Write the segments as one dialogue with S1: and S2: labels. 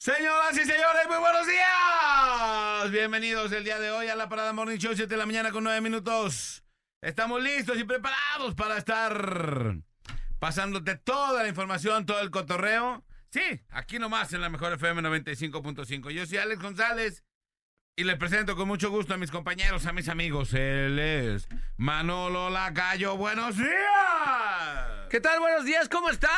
S1: Señoras y señores, muy buenos días. Bienvenidos el día de hoy a la Parada Morning Show, 7 de la mañana con 9 minutos. Estamos listos y preparados para estar pasándote toda la información, todo el cotorreo. Sí, aquí nomás en la mejor FM 95.5. Yo soy Alex González y les presento con mucho gusto a mis compañeros, a mis amigos. Él es Manolo Lacayo. Buenos días.
S2: ¿Qué tal? Buenos días, ¿cómo están?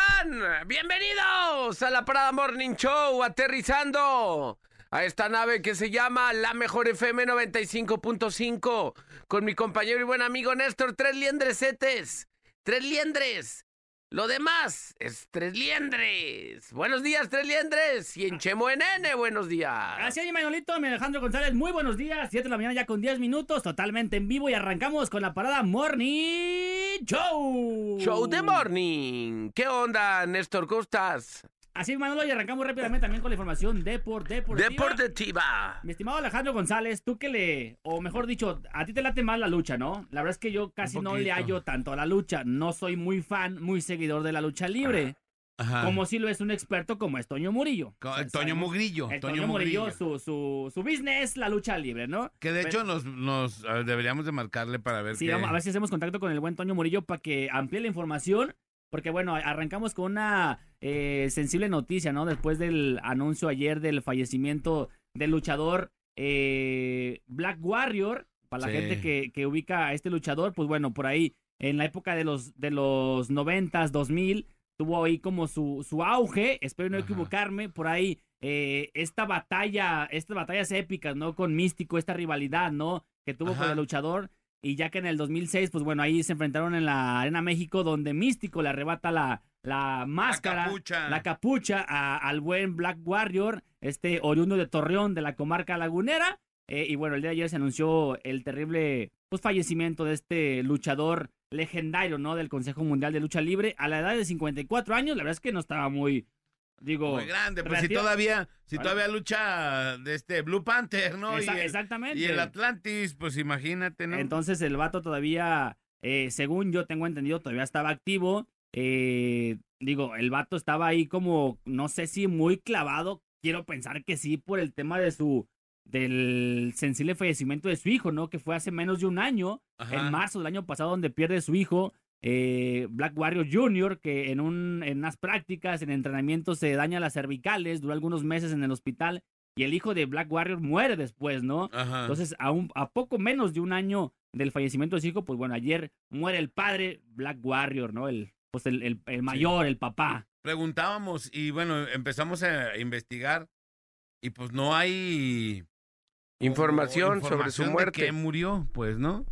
S2: Bienvenidos a la Parada Morning Show, aterrizando a esta nave que se llama La Mejor FM 95.5, con mi compañero y buen amigo Néstor, tres liendresetes, tres liendres. Lo demás es tres liendres. Buenos días, tres liendres. Y en Chemo en N, buenos días.
S3: Así es, mi Manolito, mi Alejandro González, muy buenos días. 7 de la mañana ya con 10 minutos, totalmente en vivo y arrancamos con la parada Morning
S1: Uh.
S3: Show.
S2: Show de morning. ¿Qué onda, Néstor? ¿Cómo estás?
S3: Así es, Manolo, y arrancamos rápidamente también con la información deport, deportiva.
S2: Deportiva.
S3: Mi estimado Alejandro González, tú que le, o mejor dicho, a ti te late más la lucha, ¿no? La verdad es que yo casi no le
S1: poquito.
S3: hallo tanto a la lucha. No soy muy fan, muy seguidor de la lucha libre.
S1: Ajá.
S3: Como si lo es un experto como es Toño Murillo.
S1: Co-
S3: O sea,
S1: Toño
S3: sabemos-
S1: Mugrillo.
S3: El Toño Murillo, su, su, su business, la lucha libre, ¿no?
S1: Que de
S3: Pero-
S1: hecho nos, nos eh, deberíamos de marcarle para ver
S3: Sí,
S1: qué-
S3: vamos a ver si hacemos contacto con el buen Toño Murillo para que amplíe la información. Porque bueno, arrancamos con una eh, sensible noticia, ¿no? Después del anuncio ayer del fallecimiento del luchador eh, Black Warrior. Para la
S1: Sí.
S3: gente que, que ubica a este luchador, pues bueno, por ahí, en la época de los, de los 90s, 2000, tuvo ahí como su, su auge. Espero no
S1: Ajá.
S3: equivocarme. Por ahí, eh, esta batalla, estas batallas épicas, ¿no? Con Místico, esta rivalidad, ¿no? Que tuvo con
S1: Ajá.
S3: el luchador. Y ya que en el 2006, pues bueno, ahí se enfrentaron en la Arena México, donde Místico le arrebata la, la máscara,
S1: La capucha.
S3: la capucha a- al buen Black Warrior, este oriundo de Torreón, de la comarca lagunera. Eh, y bueno, el día de ayer se anunció el terrible pues, fallecimiento de este luchador legendario, ¿no? Del Consejo Mundial de Lucha Libre, a la edad de 54 años. La verdad es que no estaba muy, digo...
S1: Muy grande, pues si
S3: relativa-
S1: todavía, si
S3: Vale.
S1: todavía lucha de este Blue Panther, ¿no?
S3: Exa-
S1: y, el,
S3: exactamente.
S1: y el Atlantis, pues imagínate, ¿no?
S3: Entonces el vato todavía, eh, según yo tengo entendido, todavía estaba activo. Eh, digo, el vato estaba ahí como, no sé si muy clavado, quiero pensar que sí, por el tema de su, del sensible fallecimiento de su hijo, ¿no? Que fue hace menos de un año,
S1: Ajá.
S3: en marzo del año pasado, donde pierde su hijo, eh, Black Warrior Jr., que en, un, en unas prácticas, en entrenamiento, se daña las cervicales, duró algunos meses en el hospital, y el hijo de Black Warrior muere después, ¿no?
S1: Ajá.
S3: Entonces, a, un- a poco menos de un año del fallecimiento de su hijo, pues bueno, ayer muere el padre Black Warrior, ¿no? El, pues el, el- el mayor, el papá.
S1: Preguntábamos y bueno, empezamos a investigar y pues no hay
S2: Información, sobre su
S1: información de
S2: muerte.
S1: que murió, pues, ¿no?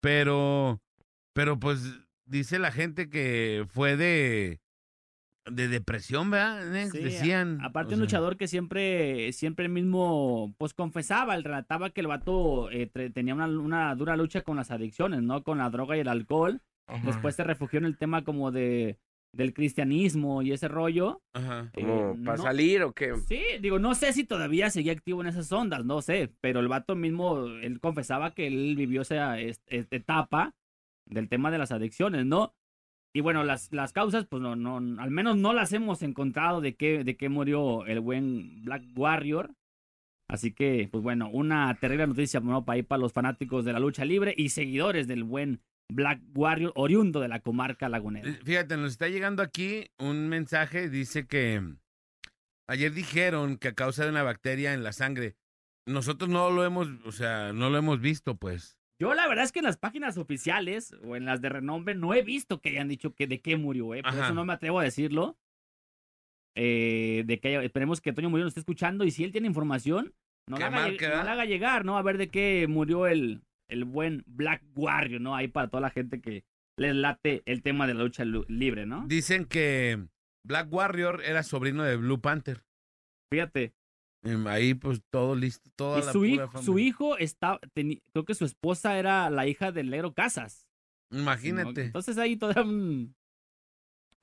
S1: Pero, pero pues dice la gente que fue de, de depresión, ¿verdad? Nex?
S3: Sí,
S1: Decían.
S3: Aparte,
S1: o
S3: un
S1: sea,
S3: luchador que siempre, siempre él mismo, pues confesaba, él relataba que el vato eh, tre- tenía una, una dura lucha con las adicciones, ¿no? Con la droga y el alcohol. Después se refugió en el tema como de del cristianismo y ese rollo.
S1: Ajá.
S3: Eh,
S2: ¿Cómo, ¿Para
S3: no-
S2: salir o qué?
S3: Sí, digo, no sé si todavía seguía activo en esas ondas, no sé, pero el vato mismo, él confesaba que él vivió esa es- es- etapa del tema de las adicciones, ¿no? Y bueno, las, las causas, pues no, no, al menos no las hemos encontrado de qué, de qué murió el buen Black Warrior. Así que, pues bueno, una terrible noticia ¿no? para, ahí, para los fanáticos de la lucha libre y seguidores del buen Black Warrior, oriundo de la comarca lagunera.
S1: Eh, Fíjate, nos está llegando aquí un mensaje, dice que mm, ayer dijeron que a causa de una bacteria en la sangre, nosotros no lo hemos, o sea, no lo hemos visto, pues.
S3: Yo la verdad es que en las páginas oficiales o en las de renombre no he visto que hayan dicho que de qué murió, ¿eh? Por
S1: Ajá.
S3: eso no me atrevo a decirlo. Eh, de que haya- esperemos que Toño Murillo nos esté escuchando y si él tiene información, no
S1: Que
S3: la, haga, lleg-
S1: marque, ¿verdad?
S3: no la haga llegar, ¿no? A ver de qué murió el, el buen Black Warrior, ¿no? Ahí para toda la gente que les late el tema de la lucha lu- libre, ¿no?
S1: Dicen que Eh, Black Warrior era sobrino de Blue Panther.
S3: Fíjate.
S1: Em, Ahí pues todo listo, toda
S3: Y
S1: la
S3: su,
S1: pura
S3: hijo,
S1: fama.
S3: su hijo está, teni- creo que su esposa era la hija del negro Casas. ¿no?
S1: Mm, Imagínate.
S3: Entonces ahí toda un...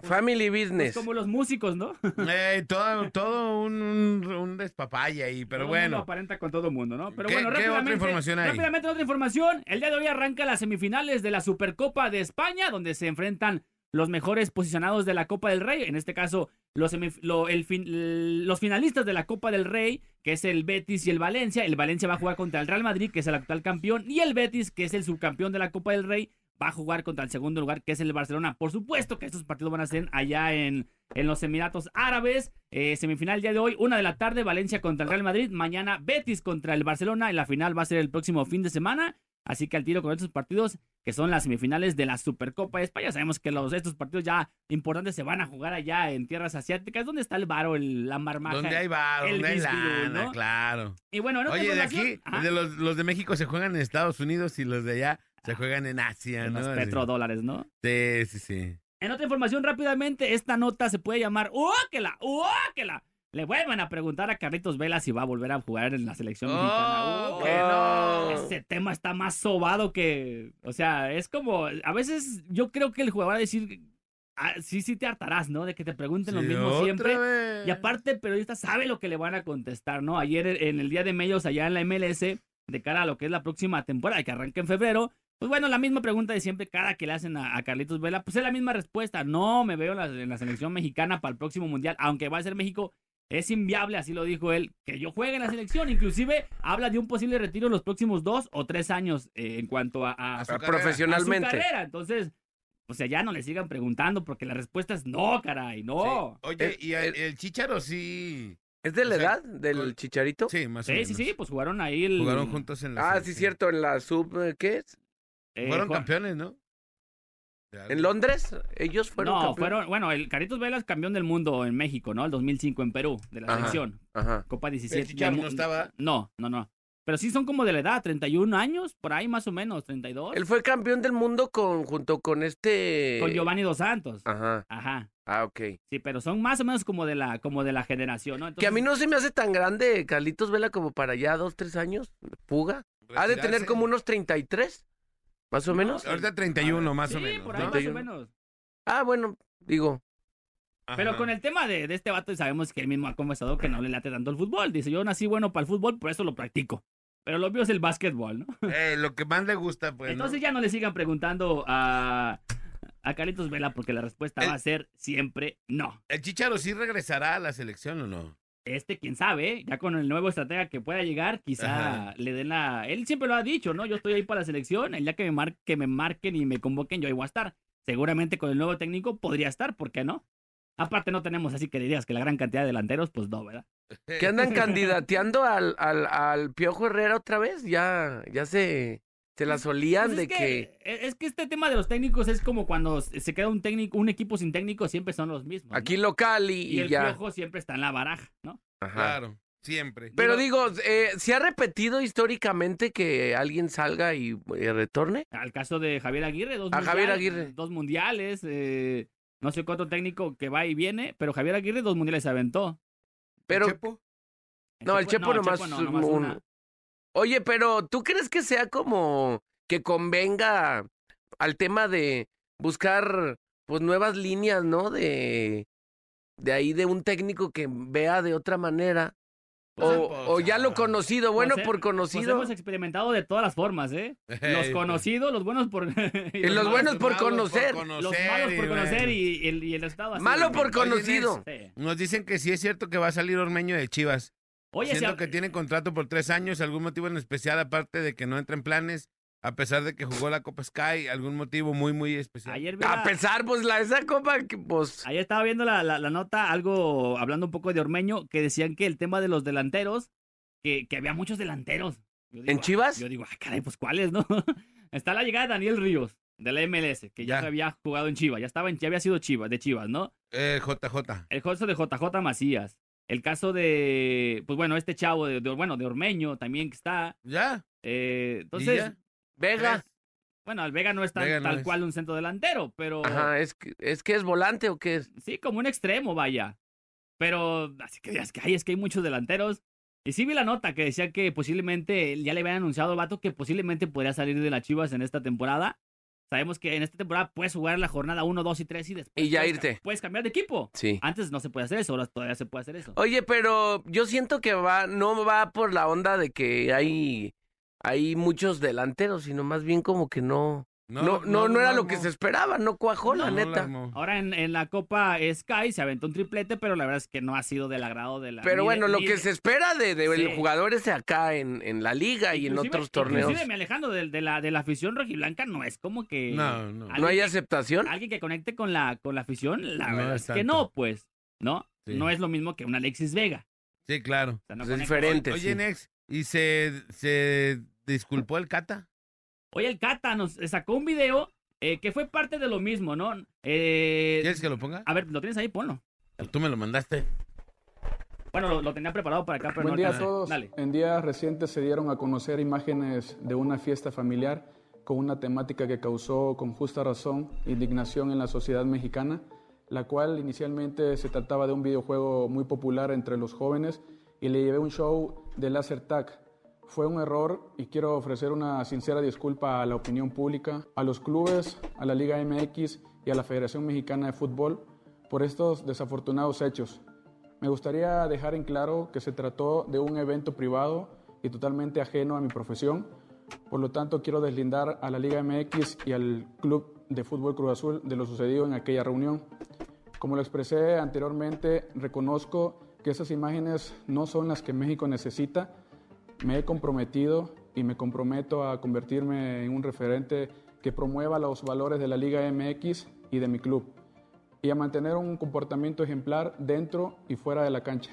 S2: Family
S3: pues
S2: business.
S3: como los músicos, ¿no?
S1: Eh, todo todo un, un, un despapalle ahí, pero
S3: Todo mundo
S1: bueno.
S3: aparenta con todo el mundo, ¿no? Pero
S1: ¿Qué-
S3: bueno,
S1: qué otra
S3: rápidamente,
S1: información hay?
S3: rápidamente otra información. El día de hoy arranca las semifinales de la Supercopa de España, donde se enfrentan los mejores posicionados de la Copa del Rey, en este caso los, semif- lo- el fin- los finalistas de la Copa del Rey, que es el Betis y el Valencia. El Valencia va a jugar contra el Real Madrid, que es el actual campeón, y el Betis, que es el subcampeón de la Copa del Rey, va a jugar contra el segundo lugar, que es el Barcelona. Por supuesto que estos partidos van a ser allá en, en los Emiratos Árabes. Eh, semifinal día de hoy, una de la tarde, Valencia contra el Real Madrid. Mañana Betis contra el Barcelona. Y la final va a ser el próximo fin de semana. Así que al tiro con estos partidos, que son las semifinales de la Supercopa de España. Sabemos que los, estos partidos ya importantes se van a jugar allá en tierras asiáticas. ¿Dónde está el varo, el- la marmaja?
S4: Donde hay bar,
S3: el
S4: donde hay
S3: bisbirú,
S4: lana,
S3: ¿no?
S4: claro.
S3: Y bueno, en otra
S4: Oye, de
S3: información-
S4: aquí,
S3: Ajá.
S4: de los, los de México se juegan en Estados Unidos y los de allá se juegan en Asia,
S3: Los
S4: ¿no? Así.
S3: petrodólares, ¿no?
S4: Sí, sí, sí.
S3: En otra información, rápidamente, esta nota se puede llamar ¡Uáquela! ¡Uáquela! Le vuelvan a preguntar a Carlitos Vela si va a volver a jugar en la selección mexicana.
S2: Oh,
S3: ¡Uh!
S2: que no.
S3: Ese tema está más sobado que. O sea, es como. A veces yo creo que el jugador va a decir. "Ah, sí, sí te hartarás, ¿no? De que te pregunten lo
S4: Sí,
S3: mismo
S4: otra
S3: siempre.
S4: vez.
S3: Y aparte, el periodista sabe lo que le van a contestar, ¿no? Ayer eh, en el día de medios allá en la MLS, de cara a lo que es la próxima temporada que arranca en febrero, pues bueno, la misma pregunta de siempre, cada que le hacen a, a Carlitos Vela, pues es la misma respuesta. No me veo en la, en la selección mexicana para el próximo mundial, aunque va a ser México. Es inviable, así lo dijo él, que yo juegue en la selección. Inclusive habla de un posible retiro los próximos dos o tres años eh, en cuanto a- a,
S4: A su
S2: Ah,
S4: carrera.
S3: a su
S2: Profesionalmente.
S3: carrera. Entonces, o sea, pues, ya no le sigan preguntando porque la respuesta es no, caray,
S4: Sí.
S3: no.
S4: Oye, y el,
S2: el-
S4: el Chicharo sí.
S2: ¿Es de la
S4: O sea,
S2: edad del
S4: con-
S2: chicharito?
S4: Sí, más o
S3: Sí,
S4: menos.
S3: sí, sí, pues jugaron ahí el.
S4: Jugaron juntos en la
S2: Ah, sí,
S4: selección.
S2: cierto, en la sub, eh, ¿qué es?
S3: eh,
S4: Fueron
S3: ju-
S4: campeones, ¿no? De algo.
S2: ¿En Londres? Ellos fueron
S3: no,
S2: campeones?
S3: fueron. Bueno, el Caritos Velas campeón del mundo en México, ¿no? El 2005 en Perú, de la
S2: Ajá.
S3: selección.
S2: Ajá.
S3: Copa
S4: El
S3: 17.
S4: Chicharo
S3: del
S4: no
S3: mu-
S4: estaba.
S3: No, no, no. Pero sí son como de la edad, 31 años, por ahí más o menos, 32.
S2: Él fue campeón del mundo con, junto con este...
S3: Con Giovanni Dos Santos.
S2: Ajá.
S3: Ajá.
S2: Ah, ok.
S3: Sí, pero son más o menos como de la, como de la generación, ¿no?
S2: que a mí
S3: Entonces-
S2: no se me hace tan grande, Carlitos Vela, como para allá dos, tres años. Puga. Ha de tener
S4: Retirarse.
S2: como unos 33, más o
S3: No,
S2: menos.
S4: Ahorita 31 más
S3: sí,
S4: o menos.
S3: por
S4: ¿no?
S3: ahí más o
S2: 31.
S3: menos.
S2: Ah, bueno, digo,
S3: Pero
S4: Ajá.
S3: con el tema de, de este vato, y sabemos que él mismo ha confesado que no le late tanto el fútbol. Dice, yo nací bueno para el fútbol, por eso lo practico. Pero lo mío es el básquetbol, ¿no?
S4: Eh, lo que más le gusta, pues. ¿no?
S3: Entonces ya no le sigan preguntando a, a Carlitos Vela porque la respuesta
S4: El-
S3: va a ser siempre no.
S4: Eh. ¿El Chicharo sí regresará a la selección o no?
S3: Este, quién sabe, ¿eh? ya con el nuevo estratega que pueda llegar, quizá le den la... Él siempre lo ha dicho, ¿no? Yo estoy ahí para la selección, el día que me, mar- que me marquen y me convoquen, yo ahí voy a estar. Seguramente con el nuevo técnico podría estar, ¿por qué no? Aparte no tenemos así que dirías que la gran cantidad de delanteros, pues no, ¿verdad?
S2: que andan candidateando al, al, al Piojo Herrera otra vez. Ya, ya se, se la solían
S3: Pues
S2: de
S3: es
S2: que...
S3: e- Es que este tema de los técnicos es como cuando se queda un técnico, un equipo sin técnico, siempre son los mismos. ¿no?
S2: aquí local y,
S3: y
S2: y
S3: el
S2: ya.
S3: piojo siempre está en la baraja, ¿no?
S2: Ajá.
S4: Claro, siempre.
S2: Pero
S3: Digo-
S2: digo, eh, ¿se ha repetido históricamente que alguien salga y eh, retorne?
S3: Al caso de Javier Aguirre, dos,
S2: A Javier
S3: mundiales-
S2: Aguirre.
S3: dos mundiales, eh, no sé cuánto técnico que va y viene, pero Javier Aguirre dos mundiales se aventó.
S2: Pero
S4: Chepo?
S2: No, el Chepo nomás.
S3: Chepo no, nomás
S2: un-
S3: una.
S2: Oye, pero ¿tú crees que sea como que convenga al tema de buscar pues nuevas líneas, ¿no? De de ahí de un técnico que vea de otra manera o,
S4: Pues,
S2: o ya lo conocido, bueno
S3: ah, Pues, eh,
S2: por
S3: Pues
S2: conocido. pues.
S3: hemos experimentado de todas las formas, ¿eh? Los
S4: Ey,
S3: conocidos, los buenos por... y
S2: los
S3: malos-
S2: buenos por
S4: malos
S2: conocer.
S3: Los malos por
S4: bueno.
S3: conocer y, y el, y el estado así.
S2: Malo por
S4: Oye,
S2: conocido.
S3: Sí.
S4: Nos dicen que sí es cierto que va a salir Ormeño de Chivas.
S3: Oye,
S4: Siento
S3: si-
S4: que tiene contrato por tres años, algún motivo en especial, aparte de que no entra en planes, a pesar de que jugó la Copa Sky, algún motivo muy, muy especial.
S3: ayer vi
S2: A
S3: la-
S2: pesar pues la esa copa que, pues
S3: Ahí estaba viendo la, la- la nota, algo hablando un poco de Ormeño, que decían que el tema de los delanteros, que, que había muchos delanteros. Yo digo,
S2: ¿En
S3: ah,
S2: Chivas?
S3: Yo digo, ah, caray, pues cuáles, ¿no? Está la llegada de Daniel Ríos, de la MLS, que ya,
S4: Ya.
S3: había jugado en Chivas, ya, estaba en, ya había sido Chivas, de Chivas, ¿no?
S4: Eh, JJ.
S3: El caso de JJ Macías, el caso de, pues bueno, este chavo, de, de- bueno, de Ormeño también que está.
S4: ¿Ya?
S3: eh,
S4: ¿Y
S3: entonces,
S4: ya?
S2: Vega.
S3: bueno, el Vega no es tan-
S4: Vega no
S3: tal
S4: es.
S3: cual un centro delantero, pero...
S2: Ajá, es que, es que es volante o qué es?
S3: Sí, como un extremo, vaya. Pero así que digas que hay, es que hay muchos delanteros. Y sí vi la nota que decía que posiblemente ya le habían anunciado al vato que posiblemente podría salir de las Chivas en esta temporada. Sabemos que en esta temporada puedes jugar la jornada 1, 2 y 3 y después
S2: Y ya
S3: puedes,
S2: irte.
S3: puedes cambiar de equipo.
S2: Sí.
S3: Antes no se puede hacer eso, ahora todavía se puede hacer eso.
S2: Oye, pero yo siento que va, no va por la onda de que hay, hay muchos delanteros, sino más bien como que no. No, no, no, era lo que se esperaba, no cuajó, la neta.
S3: Ahora en, en la Copa Sky se aventó un triplete, pero la verdad es que no ha sido del agrado de la. ni
S2: Pero
S3: de-
S2: bueno, lo
S3: ni
S2: que
S3: de-
S2: se espera de, de
S3: Sí.
S2: jugadores acá en, en la liga y en
S3: inclusive-
S2: otros torneos,
S3: Inclusive, mi Alejandro, de, de la, de la afición rojiblanca no es como que.
S4: No, no.
S3: alguien
S2: ¿no hay
S3: que-
S2: aceptación?
S3: alguien que conecte con la, con la afición, la
S4: No
S3: verdad
S4: es
S3: es que
S4: tanto.
S3: no, pues, ¿no?
S4: Sí.
S3: No es lo mismo que un Alexis Vega.
S4: Sí, claro.
S3: O sea, no
S2: Pues es
S3: conecta-
S2: diferente,
S4: Oye,
S2: sí.
S4: Nex, ¿y se, se disculpó el Cata?
S3: Oye, el Cata nos sacó un video eh, que fue parte de lo mismo, ¿no? Eh,
S4: ¿Quieres que lo ponga? Pues
S3: A ver, ¿lo tienes ahí? Ponlo.
S4: Tú me lo mandaste.
S3: Bueno, lo, lo tenía preparado para acá, pero
S5: Buen
S3: no
S5: día a
S3: alcancé.
S5: todos.
S3: Dale.
S5: En días recientes se dieron a conocer imágenes de una fiesta familiar con una temática que causó con justa razón indignación en la sociedad mexicana, la cual inicialmente se trataba de un videojuego muy popular entre los jóvenes y le llevé un show de laser tag. Fue un error y quiero ofrecer una sincera disculpa a la opinión pública, a los clubes, a la Liga MX y a la Federación Mexicana de Fútbol por estos desafortunados hechos. Me gustaría dejar en claro que se trató de un evento privado y totalmente ajeno a mi profesión. Por lo tanto, quiero deslindar a la Liga MX y al Club de Fútbol Cruz Azul de lo sucedido en aquella reunión. Como lo expresé anteriormente, reconozco que esas imágenes no son las que México necesita. Me he comprometido y me comprometo a convertirme en un referente que promueva los valores de la Liga MX y de mi club y a mantener un comportamiento ejemplar dentro y fuera de la cancha.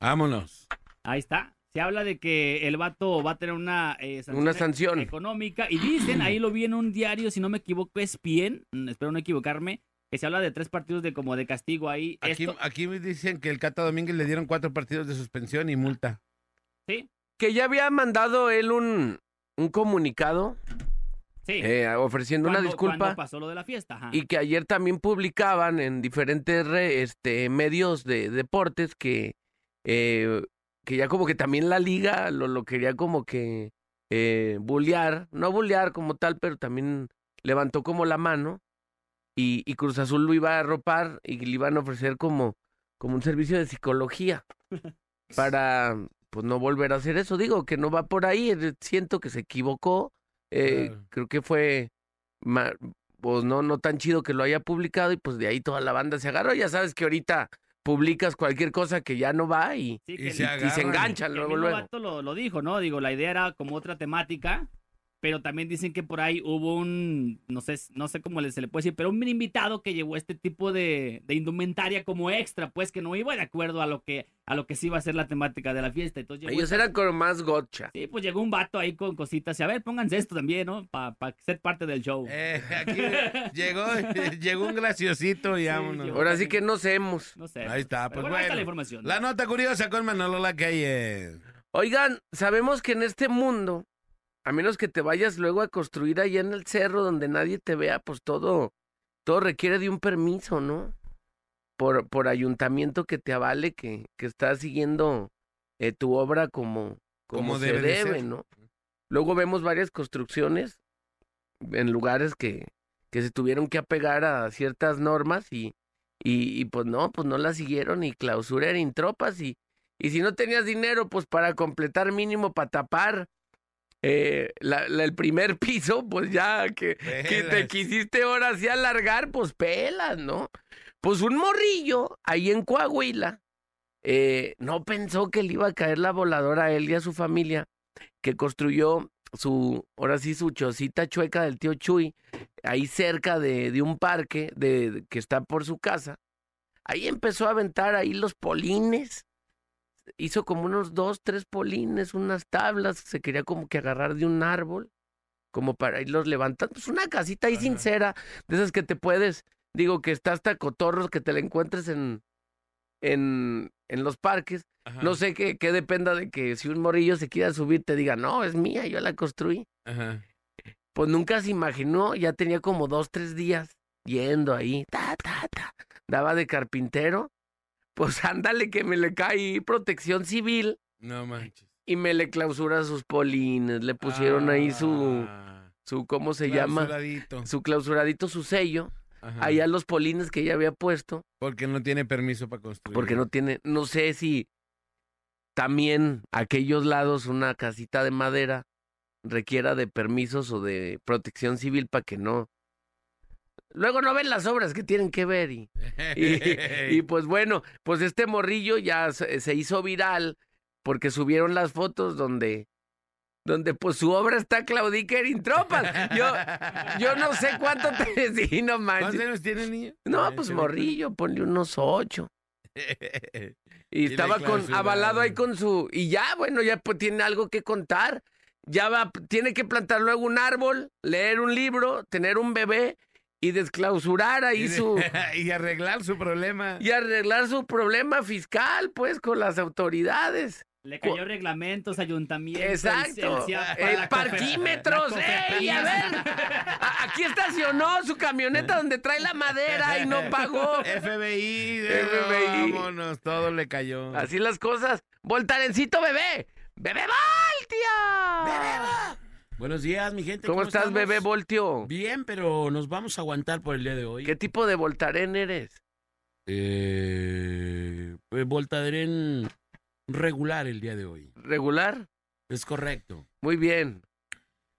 S4: Vámonos.
S3: Ahí está. Se habla de que el vato va a tener una, eh,
S2: Una sanción.
S3: económica. Y dicen, ahí lo vi en un diario, si no me equivoco, es bien, espero no equivocarme, que se habla de tres partidos de como de castigo ahí.
S4: Aquí,
S3: Esto-
S4: aquí me dicen que el Cata Domínguez le dieron cuatro partidos de suspensión y multa.
S2: Que ya había mandado él un, un comunicado
S3: sí,
S2: eh, ofreciendo
S3: cuando-
S2: una
S3: cuando
S2: disculpa
S3: pasó lo de la fiesta. ajá.
S2: y que ayer también publicaban en diferentes re- este, medios de deportes que, eh, que ya como que también la liga lo, lo quería como que eh, bullear, no bullear como tal, pero también levantó como la mano y, y Cruz Azul lo iba a arropar y le iban a ofrecer como, como un servicio de psicología para pues no volver a hacer eso. Digo que no va por ahí, eh, siento que se equivocó, eh,
S4: Claro.
S2: creo que fue... ma- pues no, no tan chido que lo haya publicado y pues de ahí toda la banda se agarró. Ya sabes que ahorita publicas cualquier cosa que ya no va y,
S3: Sí,
S4: Y
S3: que
S4: se
S3: el-
S4: ha-
S2: y se
S4: Agarran.
S2: enganchan
S3: que el
S2: luego,
S3: mismo
S2: luego.
S3: vato lo, lo dijo, ¿no? Digo, la idea era como otra temática, pero también dicen que por ahí hubo un, no sé, no sé cómo le- se le puede decir, pero un invitado que llevó este tipo de, de indumentaria como extra, pues que no iba de acuerdo a lo que, a lo que sí iba a ser la temática de la fiesta. Entonces llegó
S2: Ellos
S3: esta-
S2: eran con más gotcha.
S3: Sí, pues llegó un vato ahí con cositas y a ver, pónganse esto también, ¿no? Para ser parte del show.
S4: Eh, aquí llegó, llegó un graciosito y
S3: Sí,
S4: vámonos.
S3: llegó.
S2: Ahora sí que no hacemos.
S3: No sé.
S4: Ahí está,
S3: Pero
S4: pues
S3: bueno, ahí está la
S4: bueno.
S3: información.
S4: La nota curiosa con Manolo Lacalle.
S2: Oigan, sabemos que en este mundo, a menos que te vayas luego a construir allá en el cerro donde nadie te vea, pues todo, todo requiere de un permiso, ¿no? Por, por ayuntamiento que te avale que, que estás siguiendo eh, tu obra como, como,
S4: Como
S2: se
S4: debe
S2: debe,
S4: de ser.
S2: ¿no? Luego vemos varias construcciones en lugares que, que se tuvieron que apegar a ciertas normas y, y, y pues no, pues no las siguieron y clausuraron tropas y, y si no tenías dinero, pues para completar mínimo, para tapar eh, la- la- el primer piso, pues ya que, que te
S4: Pelas.
S2: quisiste ahora sí alargar, pues pelas, ¿no? Pues un morrillo ahí en Coahuila eh, no pensó que le iba a caer la voladora a él y a su familia, que construyó su, ahora sí, su chocita chueca del tío Chuy, ahí cerca de, de un parque de, de- que está por su casa. Ahí empezó a aventar ahí los polines. Hizo como unos dos, tres polines, unas tablas, se quería como que agarrar de un árbol, como para irlos levantando. Pues una casita ahí
S4: Ajá.
S2: sincera, de esas que te puedes, digo que está hasta cotorros que te la encuentres en, en, en los parques.
S4: Ajá,
S2: No sé qué, qué dependa de que si un morrillo se quiera subir te diga, no, es mía, yo la construí.
S4: ajá.
S2: Pues nunca se imaginó, ya tenía como dos, tres días yendo ahí, ta, ta, ta. Daba de carpintero. Pues ándale que me le cae protección civil
S4: No manches.
S2: y me le clausura sus polines. Le pusieron ahí su,
S4: Ah,
S2: su, ¿cómo se llama?
S4: clausuradito.
S2: Su clausuradito, su sello.
S4: Ajá.
S2: Allá los polines que ya había puesto.
S4: Porque no tiene permiso para construir.
S2: Porque no tiene, no sé si también aquellos lados una casita de madera requiera de permisos o de protección civil para que no. Luego no ven las obras que tienen que ver y, y- y, pues bueno, pues este morrillo ya se se hizo viral porque subieron las fotos donde, donde pues su obra está Claudica en tropas. Yo, yo no sé cuánto te sí, no
S4: ¿Cuántos
S2: manches.
S4: años tiene, niño?
S2: No,
S4: Eh,
S2: pues
S4: se ve-
S2: morrillo, ponle unos ocho. Y,
S4: la
S2: estaba con,
S4: clausura,
S2: avalado ahí
S4: güey.
S2: con su. Y ya, bueno, ya pues, tiene algo que contar. Ya va, tiene que plantar luego un árbol, leer un libro, tener un bebé y desclausurar ahí su.
S4: y arreglar su problema.
S2: y arreglar su problema fiscal, pues, con las autoridades.
S3: Le cayó reglamentos, ayuntamientos.
S2: Exacto.
S3: CIAPA,
S2: Eh,
S3: la cofe-
S2: parquímetros.
S3: la
S2: ¡Ey! A
S3: cofepris.
S2: ver. a- aquí estacionó su camioneta donde trae la madera y no pagó.
S4: FBI,
S2: FBI.
S4: vámonos, todo le cayó.
S2: Así las cosas. Voltarencito, bebé. Bebé Voltio.
S1: Buenos días, mi gente.
S2: ¿Cómo, estás,
S1: estamos?
S2: bebé Voltio?
S1: Bien, pero nos vamos a aguantar por el día de hoy.
S2: ¿Qué tipo de Voltaren eres?
S1: Eh, eh, Voltadren regular el día de hoy.
S2: ¿Regular?
S1: Es correcto.
S2: Muy bien.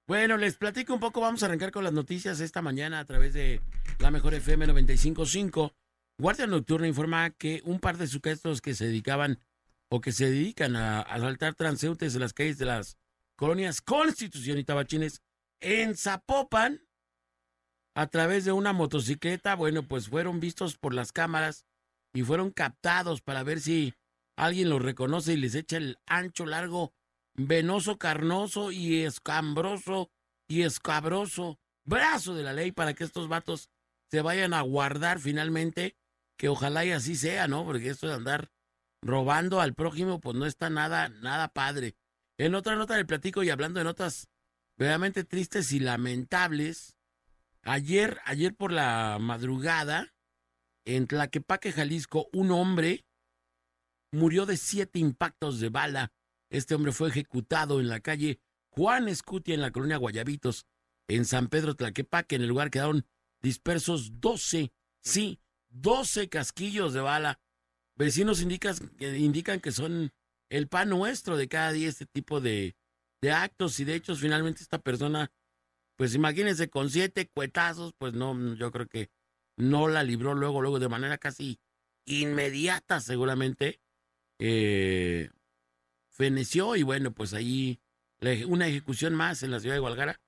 S1: Bueno, les platico un poco. Vamos a arrancar con las noticias esta mañana a través de la mejor FM 95.5. Guardia Nocturna informa que un par de sujetos que se dedicaban o que se dedican a asaltar transeúntes en las calles de las colonias Constitución y Tabachines en Zapopan a través de una motocicleta, bueno, pues fueron vistos por las cámaras y fueron captados para ver si alguien los reconoce y les echa el ancho, largo, venoso, carnoso y escambroso y escabroso brazo de la ley para que estos vatos se vayan a guardar finalmente, que ojalá y así sea, ¿no? Porque esto de andar robando al prójimo, pues no está nada, nada padre. En otra nota del platico y hablando de notas verdaderamente tristes y lamentables, ayer, ayer por la madrugada, en Tlaquepaque, Jalisco, un hombre murió de siete impactos de bala. Este hombre fue ejecutado en la calle Juan Escutia, en la colonia Guayabitos, en San Pedro Tlaquepaque. En el lugar quedaron dispersos 12, sí, 12 casquillos de bala. Vecinos indicas- que indican que son el pan nuestro de cada día este tipo de, de actos y de hechos. Finalmente esta persona, pues imagínense, con siete cuetazos, pues no, yo creo que no la libró luego, luego de manera casi inmediata seguramente. Eh, feneció y bueno, pues ahí la eje- una ejecución más en la ciudad de Guadalajara.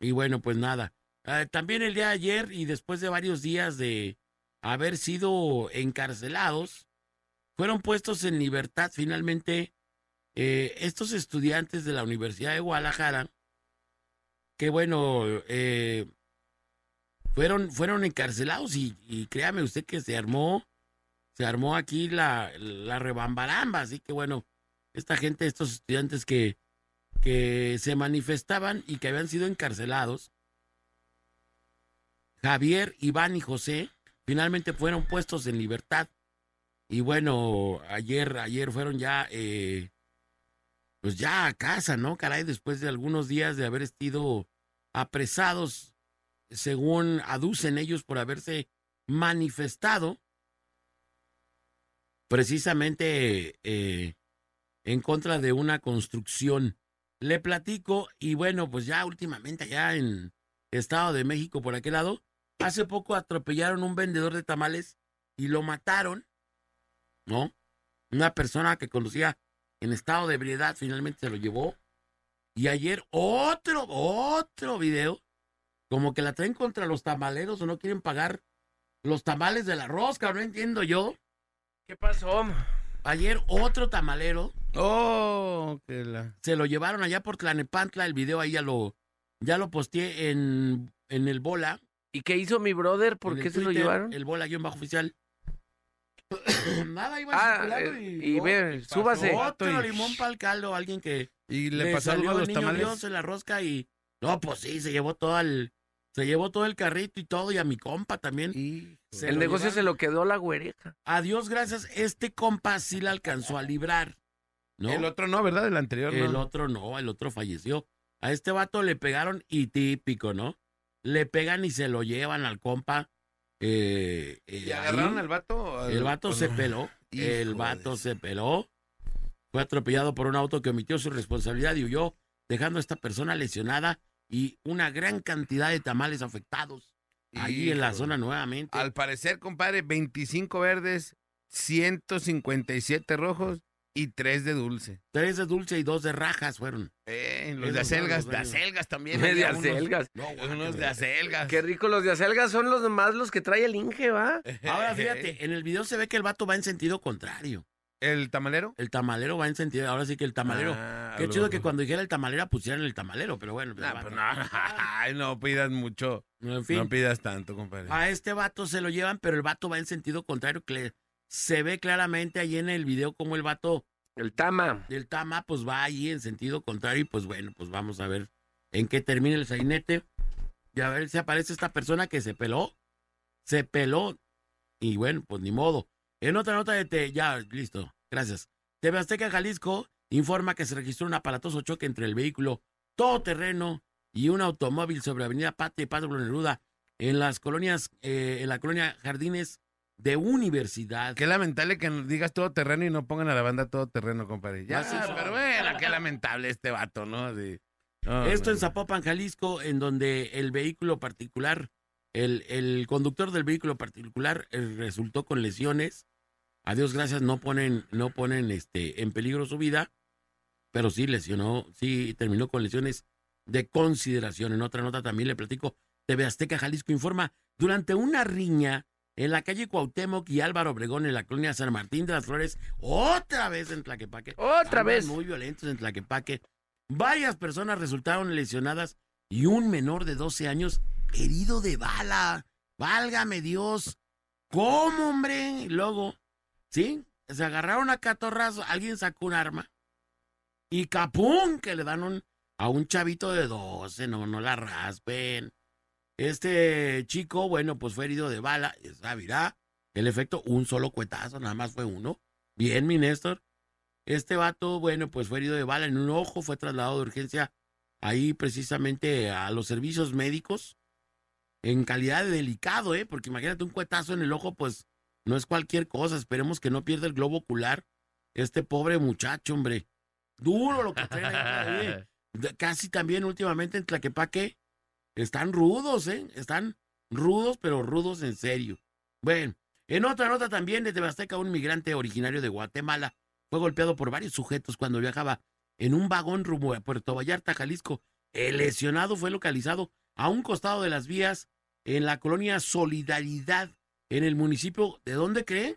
S1: Y bueno, pues nada. Ah, también el día de ayer y después de varios días de haber sido encarcelados, fueron puestos en libertad finalmente eh, estos estudiantes de la Universidad de Guadalajara, que bueno, eh, fueron, fueron encarcelados y, y créame usted que se armó, se armó aquí la, la rebambaramba, así que bueno, esta gente, estos estudiantes que, que se manifestaban y que habían sido encarcelados, Javier, Iván y José, finalmente fueron puestos en libertad. Y bueno, ayer, ayer fueron ya, eh, pues ya a casa, ¿no? Caray, después de algunos días de haber sido apresados, según aducen ellos por haberse manifestado precisamente eh, en contra de una construcción. Le platico, y bueno, pues ya últimamente allá en Estado de México, por aquel lado, hace poco atropellaron un vendedor de tamales y lo mataron, ¿no? Una persona que conocía en estado de ebriedad finalmente se lo llevó. Y ayer otro, otro video, como que la traen contra los tamaleros o no quieren pagar los tamales de la rosca, no entiendo yo.
S2: ¿Qué pasó?
S1: Ayer otro tamalero
S4: Oh, que la.
S1: se lo llevaron allá por Tlanepantla, el video ahí ya lo, ya lo posteé en, en el bola.
S2: ¿Y qué hizo mi brother? ¿Por
S1: en
S2: qué
S1: el
S2: se lo
S1: Twitter,
S2: llevaron?
S1: El bola guión bajo oficial. Nada, iban
S2: Ah,
S1: circulando
S2: eh,
S1: y,
S2: y ve,
S4: pasó?
S2: súbase.
S1: otro
S4: y-
S1: limón para el caldo, alguien que
S4: Y le,
S1: le
S4: pasó algo
S1: salió
S4: a
S1: el
S4: los
S1: niño
S4: tamales.
S1: Dios en la rosca y no, pues sí, se llevó todo el, se llevó todo el carrito y todo y a mi compa también.
S4: Hijo.
S1: Se
S2: El
S1: lo
S2: negocio
S1: llevaron.
S2: se lo quedó la güereja.
S1: A Dios gracias, este compa sí la alcanzó a librar. ¿no?
S4: El otro no, ¿verdad? El anterior no.
S1: El otro no, el otro falleció. A este vato le pegaron y típico, ¿no? Le pegan y se lo llevan al compa. eh, eh,
S4: ¿Y
S1: ahí.
S4: agarraron al vato? Al-
S1: El vato se peló.
S4: Hijo
S1: el
S4: de
S1: vato
S4: su-
S1: se peló. Fue atropellado por un auto que omitió su responsabilidad y huyó dejando a esta persona lesionada y una gran cantidad de tamales afectados allí en la
S4: Híjole.
S1: zona nuevamente.
S4: Al parecer, compadre, 25 verdes, 157 rojos y 3 de dulce.
S1: Tres de dulce y dos de rajas fueron.
S4: Eh, los
S1: Esos
S4: de
S1: son
S4: acelgas,
S1: los
S4: de
S1: daños.
S4: acelgas también.
S2: De
S4: había unos-
S2: acelgas.
S4: No, unos de acelgas.
S2: Qué rico los de acelgas son los más los que trae el Inge, ¿va?
S1: Ahora fíjate, en el video se ve que el vato va en sentido contrario.
S4: ¿El tamalero?
S1: El tamalero va en sentido, ahora sí que el tamalero.
S4: Ah,
S1: Qué
S4: lo-
S1: chido que cuando dijera el tamalera pusieran el tamalero, pero bueno. pues,
S4: Nah,
S1: el
S4: pues,
S1: vato-
S4: no, ay, no pidas mucho.
S1: En fin,
S4: No pidas tanto, compadre.
S1: a este vato se lo llevan, pero el vato va en sentido contrario. cle- Se ve claramente ahí en el video como el vato
S2: El Tama.
S1: del Tama pues va ahí en sentido contrario y pues bueno, pues vamos a ver en qué termina el sainete y a ver si aparece esta persona que se peló, se peló y bueno, pues ni modo. En otra nota de te, ya, listo, gracias. TV Azteca Jalisco informa que se registró un aparatoso choque entre el vehículo todoterreno y un automóvil sobre Avenida Pate y Pablo Neruda en las colonias, eh, en la colonia Jardines de Universidad.
S4: Qué lamentable que nos digas todo terreno y no pongan a la banda todo terreno, compadre. Ya,
S1: Más eso.
S4: Ah, pero bueno, qué lamentable este vato, ¿no? Así. No,
S1: Esto en
S4: no.
S1: Zapopan, Jalisco, en donde el vehículo particular, el, el conductor del vehículo particular eh, resultó con lesiones. A Dios gracias, no ponen, no ponen este, en peligro su vida, pero sí lesionó, sí terminó con lesiones de consideración. En otra nota también le platico, TV Azteca Jalisco informa, durante una riña en la calle Cuauhtémoc y Álvaro Obregón en la colonia San Martín de las Flores, otra vez en Tlaquepaque,
S2: Otra
S1: Andan
S2: vez.
S1: Muy violentos en Tlaquepaque. Varias personas resultaron lesionadas y un menor de 12 años herido de bala. Válgame Dios. ¿Cómo, hombre? Y Luego, ¿sí? Se agarraron a catorrazo. Alguien sacó un arma. Y capum, que le dan un- a un chavito de 12. No, no la raspen. Este chico, bueno, pues fue herido de bala. Sabirá. El efecto, un solo cuetazo, nada más fue uno. Bien, mi Néstor. Este vato, bueno, pues fue herido de bala en un ojo, fue trasladado de urgencia ahí precisamente a los servicios médicos en calidad de delicado, ¿eh? Porque imagínate un cuetazo en el ojo, pues no es cualquier cosa. Esperemos que no pierda el globo ocular este pobre muchacho, hombre. Duro lo que traen ahí, ¿eh? De- Casi también últimamente en Tlaquepaque están rudos, ¿eh? Están rudos, pero rudos en serio. Bueno, en otra nota también de Tebasteca, un migrante originario de Guatemala fue golpeado por varios sujetos cuando viajaba en un vagón rumbo a Puerto Vallarta, Jalisco. El lesionado fue localizado a un costado de las vías en la colonia Solidaridad, en el municipio. ¿De dónde cree?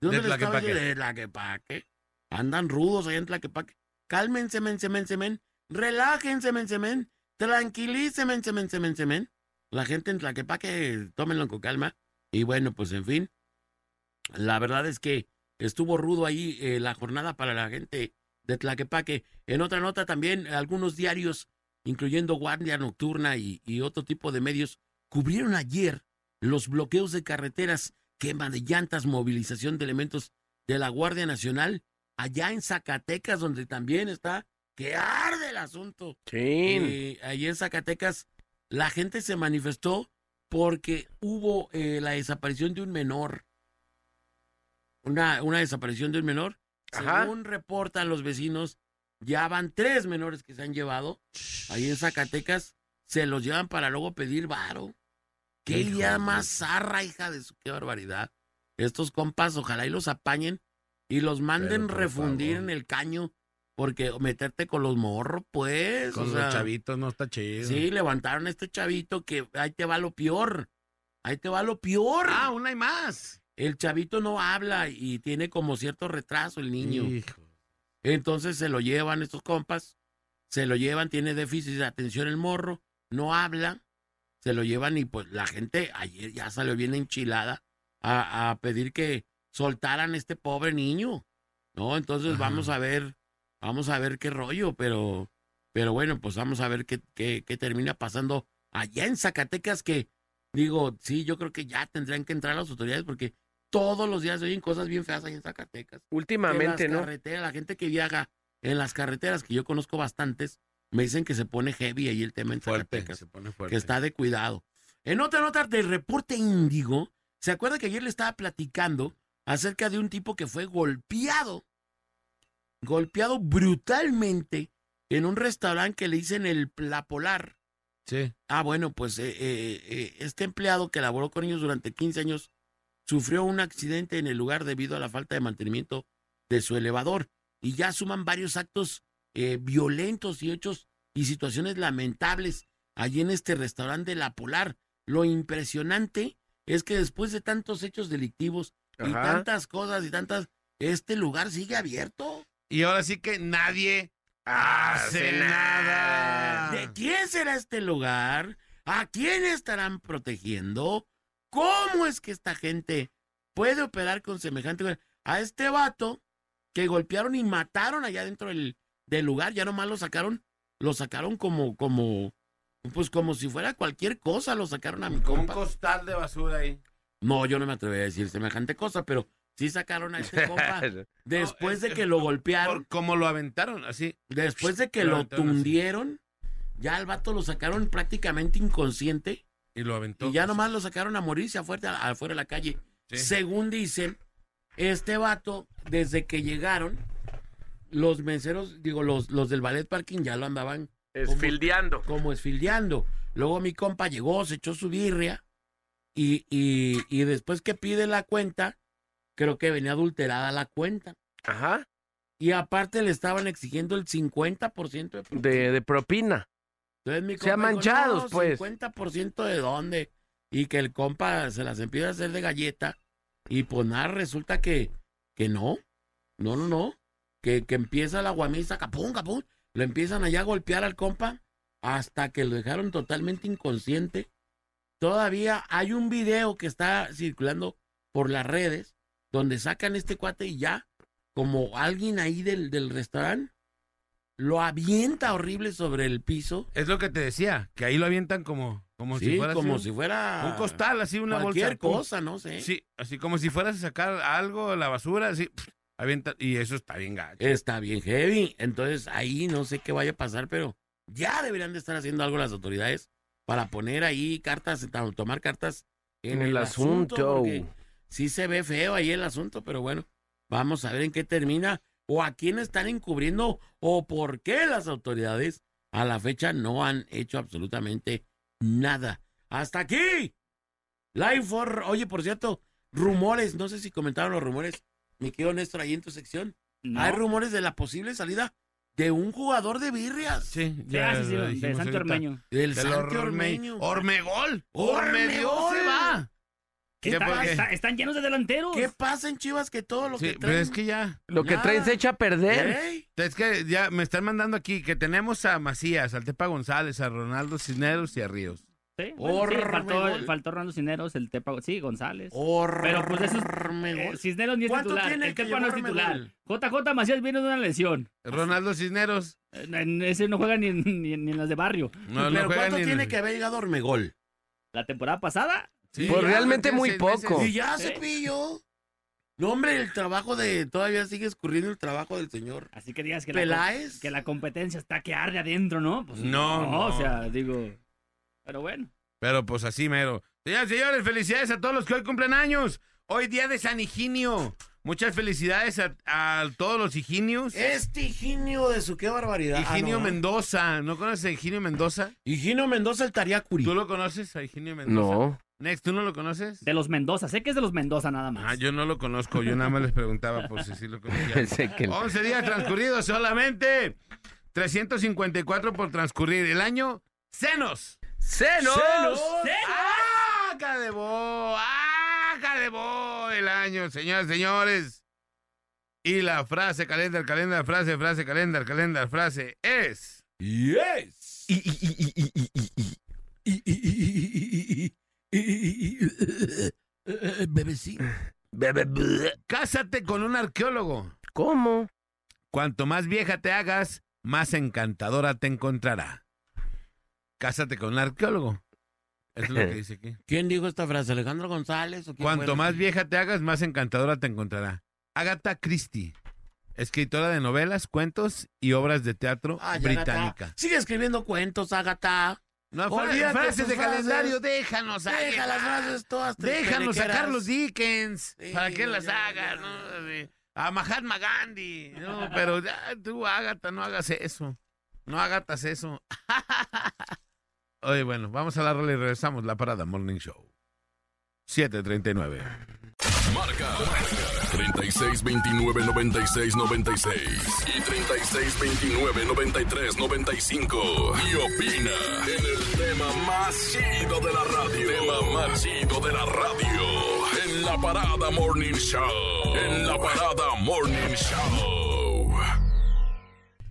S1: ¿De dónde
S4: De
S1: le estaba
S4: Tlaquepaque.
S1: yo? De Tlaquepaque. Andan rudos allá en Tlaquepaque. Cálmense, men, se men, se men. Relájense, men, se men. Tranquilícense, men, se men, se men, se men. La gente en Tlaquepaque, tómenlo con calma. Y bueno, pues en fin. La verdad es que estuvo rudo ahí eh, la jornada para la gente de Tlaquepaque. En otra nota también, algunos diarios, incluyendo Guardia Nocturna y, y otro tipo de medios, cubrieron ayer los bloqueos de carreteras, quema de llantas, movilización de elementos de la Guardia Nacional, allá en Zacatecas, donde también está que arde el asunto.
S2: Chin.
S1: Eh, ahí en Zacatecas la gente se manifestó porque hubo eh, la desaparición de un menor. Una, una desaparición de un menor.
S2: Ajá.
S1: Según reportan los vecinos, ya van tres menores que se han llevado. Ahí en Zacatecas se los llevan para luego pedir varo. Qué
S4: Hijo
S1: idea
S4: de-
S1: más zarra, hija de su qué barbaridad. Estos compas, ojalá y los apañen y los manden
S4: por
S1: refundir
S4: favor.
S1: en el caño. Porque meterte con los morros, pues.
S4: Con
S1: o
S4: los
S1: sea,
S4: chavitos no está chido.
S1: Sí, levantaron a este chavito que ahí te va lo peor. Ahí te va lo peor.
S4: Ah, una y más.
S1: El chavito no habla y tiene como cierto retraso el niño.
S4: Hijo.
S1: Entonces se lo llevan estos compas, se lo llevan, tiene déficit de atención el morro, no habla, se lo llevan y pues la gente ayer ya salió bien enchilada a, a pedir que soltaran este pobre niño. No, entonces
S4: Ajá.
S1: vamos a ver, vamos a ver qué rollo, pero, pero bueno, pues vamos a ver qué, qué, qué termina pasando allá en Zacatecas que digo, sí, yo creo que ya tendrían que entrar las autoridades porque todos los días se oyen cosas bien feas allá en Zacatecas
S2: Últimamente,
S1: en las
S2: ¿no?
S1: carreteras, la gente que viaja en las carreteras, que yo conozco bastantes, me dicen que se pone heavy ahí el tema en
S4: Fuerte.
S1: Zacatecas,
S4: Se pone fuerte.
S1: que está de cuidado. En otra nota del reporte índigo, ¿se acuerda que ayer le estaba platicando acerca de un tipo que fue golpeado? Golpeado brutalmente en un restaurante que le dicen el La Polar.
S4: Sí.
S1: Ah, bueno, pues eh, eh, eh, este empleado que laboró con ellos durante 15 años sufrió un accidente en el lugar debido a la falta de mantenimiento de su elevador. Y ya suman varios actos eh, violentos y hechos y situaciones lamentables allí en este restaurante La Polar. Lo impresionante es que después de tantos hechos delictivos y
S2: Ajá.
S1: tantas cosas y tantas, este lugar sigue abierto. Ah,
S4: Y ahora sí que nadie hace nada.
S1: ¿De quién será este lugar? ¿A quién estarán protegiendo? ¿Cómo es que esta gente puede operar con semejante... A este vato que golpearon y mataron allá dentro del, del lugar, ya nomás lo sacaron, lo sacaron como, como, pues como si fuera cualquier cosa, lo sacaron a mi
S4: Con un
S1: compa.
S4: costal de basura ahí.
S1: No, yo no me atrevería a decir semejante cosa, pero sí sacaron a este compa después de que lo golpearon.
S4: Por cómo lo aventaron, así.
S1: Después de que
S4: Lo
S1: lo
S4: aventaron así.
S1: tundieron, ya al vato lo sacaron prácticamente inconsciente
S4: Y lo aventó.
S1: y ya nomás lo sacaron a morirse afuera, afuera de la calle.
S4: Sí.
S1: Según dicen, este vato, desde que llegaron, los menceros, digo, los, los del ballet parking ya lo andaban
S2: Esfildeando.
S1: como esfildeando. Luego mi compa llegó, se echó su birria y, y, y después que pide la cuenta, creo que venía adulterada la cuenta.
S2: Ajá.
S1: Y aparte le estaban exigiendo el 50% de propina.
S2: De, de propina.
S1: Entonces
S2: Se
S1: mi compa
S2: han
S1: dijo,
S2: manchados,
S1: "No,
S2: pues".
S1: 50% de dónde. Y que el compa se las empieza a hacer de galleta. Y pues nada, resulta que, que no. No, no, no. Que, que empieza la guamisa, capón, capón. Lo empiezan allá a golpear al compa hasta que lo dejaron totalmente inconsciente. Todavía hay un video que está circulando por las redes donde sacan este cuate y ya, como alguien ahí del, del restaurante, lo avienta horrible sobre el piso.
S4: Es lo que te decía, que ahí lo avientan como, como
S1: Sí,
S4: si fuera así
S1: como
S4: un,
S1: si fuera
S4: un costal, así una
S1: cualquier
S4: bolsa. pum.
S1: cosa, no sé.
S4: Sí, así como si fueras a sacar algo de la basura, así. pf, avienta, y eso está bien gacho.
S1: Está bien heavy. Entonces ahí no sé qué vaya a pasar, pero ya deberían de estar haciendo algo las autoridades para poner ahí cartas, ta- tomar cartas en el, asunto. porque sí se ve feo ahí el asunto, pero bueno, vamos a ver en qué termina o a quién están encubriendo o por qué las autoridades a la fecha no han hecho absolutamente nada. Hasta aquí. Live for, oye, por cierto, rumores, no sé si comentaron los rumores, me quedo Néstor ahí en tu sección.
S3: No.
S1: Hay rumores de la posible salida de un jugador de birrias.
S4: Sí,
S3: Sí, ah, sí, sí,
S4: lo
S3: de
S4: dijimos
S3: Santi
S4: ahorita.
S3: Ormeño.
S1: Del
S4: Del
S1: Santi
S4: Orme-
S1: Ormeño.
S4: Ormegol. Ormegol
S1: ¡Ormegol!
S4: se va.
S3: ¿Qué
S4: ¿Qué,
S3: está-
S4: por qué?
S3: está- están llenos de delanteros.
S1: ¿Qué pasa en Chivas que todo lo
S4: Sí,
S1: que
S4: pero
S1: traen...
S4: es que ya.
S2: Lo que
S1: Nada.
S2: traen se echa a perder.
S1: Ey,
S4: Es que ya me están mandando aquí que tenemos a Macías, al Tepa González, a Ronaldo Cisneros y a Ríos.
S3: Sí, bueno, sí,
S1: Ormegol.
S3: faltó, faltó Ronaldo Cineros, el Tepa, sí, González. Pero, pues, esos-
S1: Ormegol.
S3: Eh, Cisneros ni es
S1: ¿Cuánto
S3: titular.
S1: tiene
S3: El
S1: que
S3: Tepa no es
S1: llevarme
S3: titular.
S1: gol?
S3: JJ Macías viene de una lesión.
S4: Ronaldo Cisneros.
S3: Eh, en- Ese no juega ni en, ni en- ni en las de barrio.
S4: No, no
S1: pero
S4: juega
S1: ¿cuánto
S4: ni en-
S1: tiene que haber llegado Ormegol?
S3: La temporada pasada,
S4: Sí,
S2: Pues
S4: ya,
S2: realmente
S4: tiene
S2: muy
S4: seis meses.
S2: poco.
S1: Y ya
S3: Sí.
S1: se pilló. No, hombre, el trabajo de... Todavía sigue escurriendo el trabajo del señor
S3: así que digas que la,
S1: Peláez.
S3: que la competencia está que arde adentro, ¿no? Pues,
S4: No, no.
S3: O sea, digo. Pero bueno.
S4: Pero pues así mero. Señoras y señores, felicidades a todos los que hoy cumplen años. Hoy día de San Higinio. Muchas felicidades a, a todos los Higinios.
S1: Este Higinio de su qué barbaridad. Ah,
S4: Higinio
S1: no, ¿eh?
S4: Mendoza. ¿No conoces a Higinio Mendoza?
S1: Higinio Mendoza el Tariacuri.
S4: ¿Tú lo conoces a Higinio Mendoza?
S2: No.
S4: Next, ¿tú no lo conoces?
S3: De los Mendoza. Sé que es de los Mendoza nada más.
S4: Ah, yo no lo conozco. Yo nada más les preguntaba por si sí lo conocía.
S2: Pensé que-
S4: 11 días transcurridos solamente. 354 por transcurrir el año. ¡Senos!
S2: ¡Senos!
S4: ¡Ah, Cadebo! ¡Ah, Cadebo! El año, señoras, señores. Y la frase, calendar, calendar, frase, frase, calendar, calendar, frase es...
S1: Yes. eh, eh, Bebecito.
S2: Bebe, ble.
S4: Cásate con un arqueólogo.
S2: ¿Cómo?
S4: Cuanto más vieja te hagas, más encantadora te encontrará. Cásate con un arqueólogo. Eso es lo que dice aquí.
S1: ¿Quién dijo esta frase? ¿Alejandro González? o quién fue
S4: Cuanto
S1: la-
S4: más vieja te hagas, más encantadora te encontrará. Agatha Christie, escritora de novelas, cuentos y obras de teatro
S1: Ay, Agatha,
S4: británica.
S1: Sigue escribiendo cuentos, Agatha.
S4: No, fra-
S1: Olvídate
S4: frases
S1: sus
S4: de
S1: frases.
S4: calendario, déjanos.
S1: Deja
S4: Agatha.
S1: las frases todas.
S4: Déjanos a
S1: sacarlos
S4: Carlos Dickens.
S1: Sí,
S4: ¿Para qué
S1: no,
S4: las
S1: ya,
S4: hagas?
S1: ya.
S4: no? De- A Mahatma Gandhi. No, pero ya, tú, Agatha, no hagas eso. No agatas eso. Oye, bueno, vamos a la rola y regresamos. La parada Morning Show. 739.
S6: Marca 36 29 96 96 y 36 29 93 95. Y opina en el tema más chido de la radio. Tema más chido de la radio. En la parada Morning Show. En la parada Morning Show.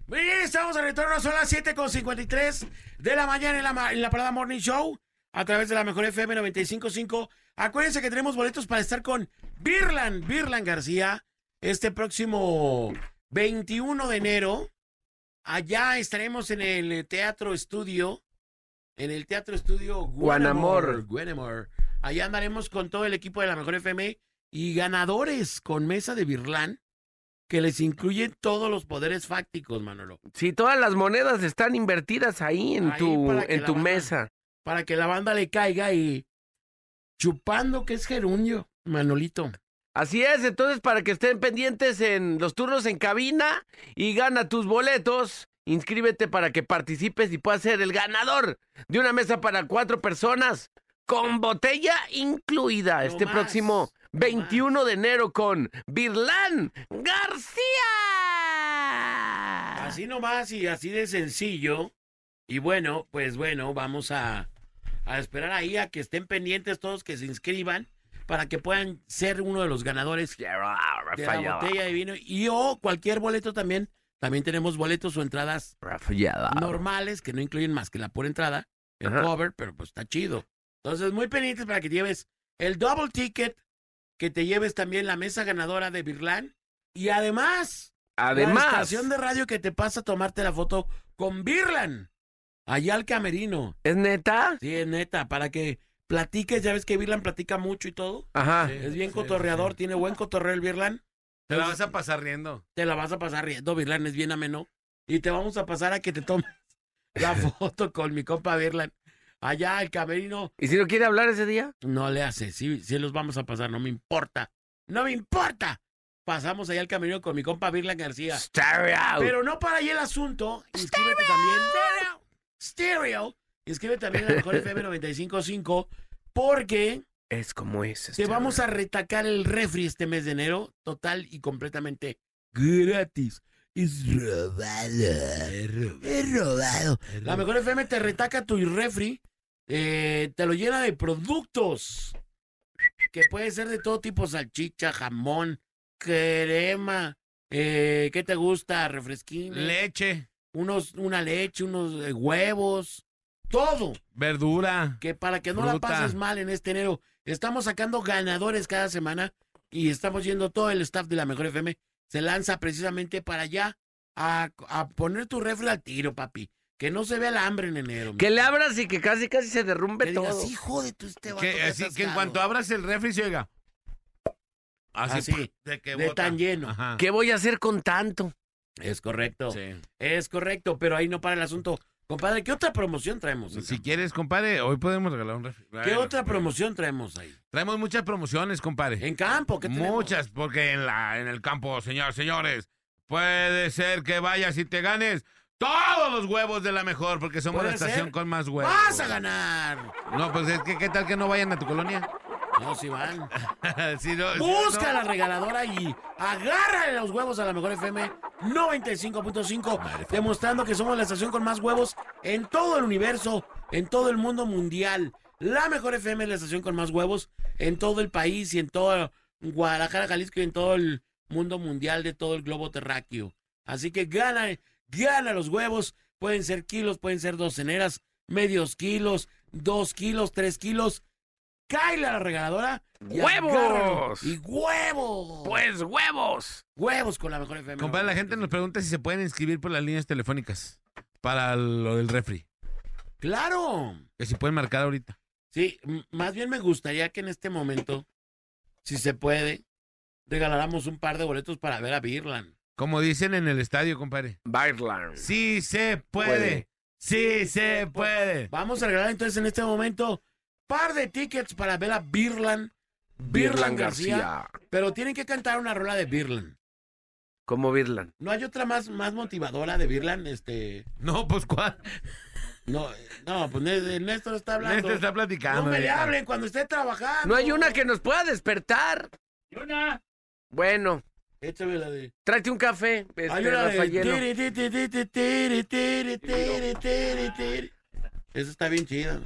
S1: Muy bien, estamos de retorno, son las 7.53 de la mañana en la, ma- en la Parada Morning Show a través de la Mejor FM 95.5. Acuérdense que tenemos boletos para estar con Birlan, Birlan García, este próximo 21 de enero. Allá estaremos en el eh, Teatro Estudio, en el Teatro Estudio
S2: Guanamor.
S1: Guanamor. Guanamor. Allá andaremos con todo el equipo de la Mejor FM y ganadores con mesa de Birlan que les incluyen todos los poderes fácticos, Manolo.
S2: Si todas las monedas están invertidas ahí en
S1: Ahí
S2: tu,
S1: para que
S2: en
S1: la
S2: tu
S1: banda-
S2: mesa.
S1: para que la banda le caiga y chupando que es gerundio, Manolito.
S2: Así es, entonces para que estén pendientes en los turnos en cabina y gana tus boletos, inscríbete para que participes y puedas ser el ganador de una mesa para cuatro personas con botella incluida
S1: No
S2: este
S1: más,
S2: próximo
S1: no
S2: 21 de enero con Birlan García.
S1: Así nomás y así de sencillo. Y bueno, pues bueno, vamos a, a esperar ahí a que estén pendientes todos que se inscriban para que puedan ser uno de los ganadores de la
S2: Rafallada.
S1: botella de vino y o cualquier boleto también. También tenemos boletos o entradas
S2: Rafallada.
S1: normales que no incluyen más que la pura entrada, el
S2: Ajá.
S1: cover, pero pues está chido. Entonces, muy pendientes para que te lleves el double ticket, que te lleves también la mesa ganadora de Birlan y además, la
S2: Además,
S1: estación de radio que te pasa a tomarte la foto con Birlan allá al camerino.
S2: ¿es neta?
S1: Sí, es neta, para que platiques, ya ves que Birlan platica mucho y todo.
S2: Ajá.
S1: es bien cotorreador, tiene buen cotorreo el Birlan.
S4: Te la vas a pasar riendo.
S1: te la vas a pasar riendo, Virlan, es bien ameno. Y te vamos a pasar a que te tomes la foto con mi compa Virlan. Allá el camerino
S2: ¿Y si no quiere hablar ese día?
S1: no le hace, sí, sí los vamos a pasar, no me importa. ¡No me importa! Pasamos allá al camerino con mi compa Virlan García.
S2: Stereo.
S1: Pero no para ahí el asunto. Inscríbete también. Stereo. Inscríbete también a la mejor FM 95.5 porque
S2: es como es.
S1: te vamos a retacar el refri este mes de enero, total y completamente gratis. Es robado. Es robado. La mejor FM te retaca tu refri, eh, te lo llena de productos. Que puede ser de todo tipo: salchicha, jamón, crema. eh, ¿Qué te gusta? Refresquín.
S4: Leche,
S1: unos, una leche, unos eh, huevos. Todo
S4: verdura.
S1: que para que no la
S4: Fruta.
S1: pases mal en este enero, estamos sacando ganadores cada semana y estamos yendo todo el staff de la Mejor FM. Se lanza precisamente para allá a, a poner tu refri al tiro, papi. Que no se vea el hambre en enero. mi.
S2: Que le abras y que casi casi se derrumbe
S1: Que digas,
S2: todo.
S1: hijo de tu este vato
S4: Que,
S1: está
S4: así que en
S1: atascado".
S4: cuanto abras el refri se oiga.
S1: Así,
S4: ¡pum! de, que
S1: de
S4: bota.
S1: tan lleno.
S4: Ajá.
S2: ¿Qué voy a hacer con tanto?
S1: Es correcto.
S4: Sí.
S1: Es correcto, pero ahí no para el asunto. Compadre, ¿qué otra promoción traemos?
S4: Si
S1: Sam?
S4: quieres, compadre, hoy podemos regalar un refri.
S1: ¿Qué
S4: Bueno,
S1: otra
S4: bueno.
S1: promoción traemos ahí?
S4: Traemos muchas promociones, compadre.
S1: En campo, ¿qué tenemos?
S4: Muchas, porque en, la, en el campo, señor, señores, puede ser que vayas y te ganes todos los huevos de la mejor, porque somos la
S1: Puede ser.
S4: estación con más huevos.
S1: ¡Vas a ganar!
S4: No, pues es que, ¿qué tal que no vayan a tu colonia?
S1: No, si van.
S4: Sí, no, sí,
S1: Busca
S4: no.
S1: la regaladora y agárrale los huevos a la mejor FM 95.5, demostrando que somos la estación con más huevos en todo el universo, en todo el mundo mundial. La mejor FM es la estación con más huevos en todo el país y en todo Guadalajara, Jalisco y en todo el mundo mundial de todo el globo terráqueo. Así que gana, gana los huevos. Pueden ser kilos, pueden ser doceneras, medios kilos, dos kilos, tres kilos. Cáile a la regaladora. y
S2: ¡Huevos!
S1: agárralo. ¡Y huevos!
S2: Pues huevos.
S1: Huevos con la mejor FM.
S4: Compadre, la gente nos pregunta si se pueden inscribir por las líneas telefónicas para lo del refri.
S1: ¡Claro!
S4: Que si pueden marcar ahorita.
S1: Sí, m- más bien me gustaría que en este momento, si se puede, regaláramos un par de boletos para ver a Birlan.
S4: Como dicen en el estadio, compadre.
S2: Bairland.
S4: Sí se puede.
S2: Puede.
S4: Sí se puede.
S1: Vamos a regalar entonces en este momento par de tickets para ver a Birlan. Birlan García. Pero tienen que cantar una rola de Birlan.
S2: Como Birlan.
S1: ¿No hay otra más, más motivadora de Birland? Este,
S4: No, pues cuál.
S1: no, eh, no, pues Né- Néstor está hablando.
S4: Néstor está platicando.
S1: No me le
S4: ya.
S1: hablen cuando esté trabajando.
S2: No hay una que nos pueda despertar.
S3: Yona.
S2: Bueno,
S1: Échame la de...
S2: tráete un café. Este,
S1: Hay una de...
S2: Rafaelino.
S1: tiri, tiri, tiri, tiri, tiri, tiri, tiri, tiri. Eso está bien chido.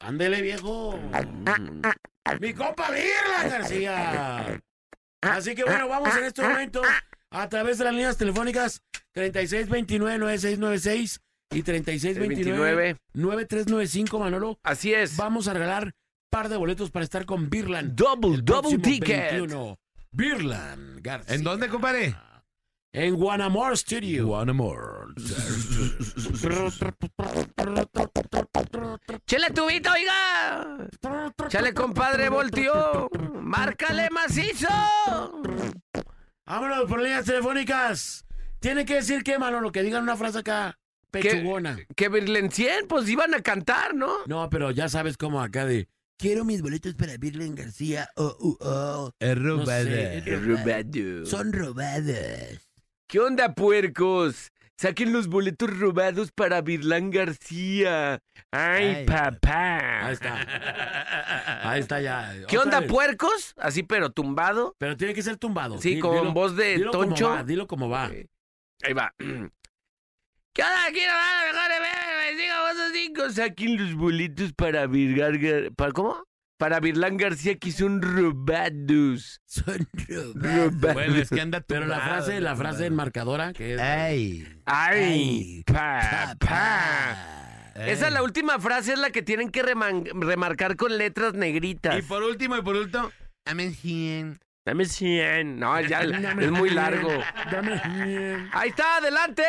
S1: Ándele, viejo. Mi compa Virla García. Así que bueno, vamos en estos momentos a través de las líneas telefónicas 3629-9696 y
S2: 29.
S1: 3629-9395, Manolo.
S2: Así es.
S1: Vamos a regalar par de boletos para estar con Birland.
S2: Double, double
S1: Próximo
S2: ticket.
S1: 21. Birland García.
S4: ¿En dónde, compadre?
S1: En Guanamor Studio.
S2: Chele tubito, oiga. Chale, compadre, volteó. Márcale macizo.
S1: Vámonos por líneas telefónicas. Tiene que decir que, Manolo, que digan una frase acá pechugona.
S2: Que Birlencien, pues iban a cantar, ¿no?
S1: No, pero ya sabes cómo acá de... Quiero mis boletos para Birlen García. Oh, oh, oh. No sé, Son robadas.
S2: ¿Qué onda, puercos? Saquen los boletos robados para Birlán García. Ay,
S1: Ay.
S2: papá.
S1: Ahí está. Ahí está ya.
S2: ¿Qué
S1: Otra
S2: onda,
S1: vez.
S2: puercos? Así, pero tumbado.
S1: Pero tiene que ser tumbado.
S2: Sí,
S1: Di-
S2: con
S1: dilo-
S2: voz de
S1: dilo como
S2: toncho.
S1: va, dilo como va.
S2: Sí. Ahí va. ¿Qué onda? Aquí nomás, la Ah, mejor FM, siga vos a cinco. Saquen los boletos para Virgar... Gar- ¿Para cómo? Para Virlán García, que son robados.
S1: Son robadas.
S4: Bueno,
S2: Robados.
S4: es que anda
S1: Pero la
S4: tumbado,
S1: frase, la frase enmarcadora que es... Ay.
S2: Ay,
S1: Ay,
S2: papá. Esa es la última frase, es la que tienen que reman- remarcar con letras negritas.
S4: Y por último, y por último. Amén, Gien.
S2: Dame 100. No, ya es muy largo.
S1: Dame bien.
S2: Ahí está, adelante.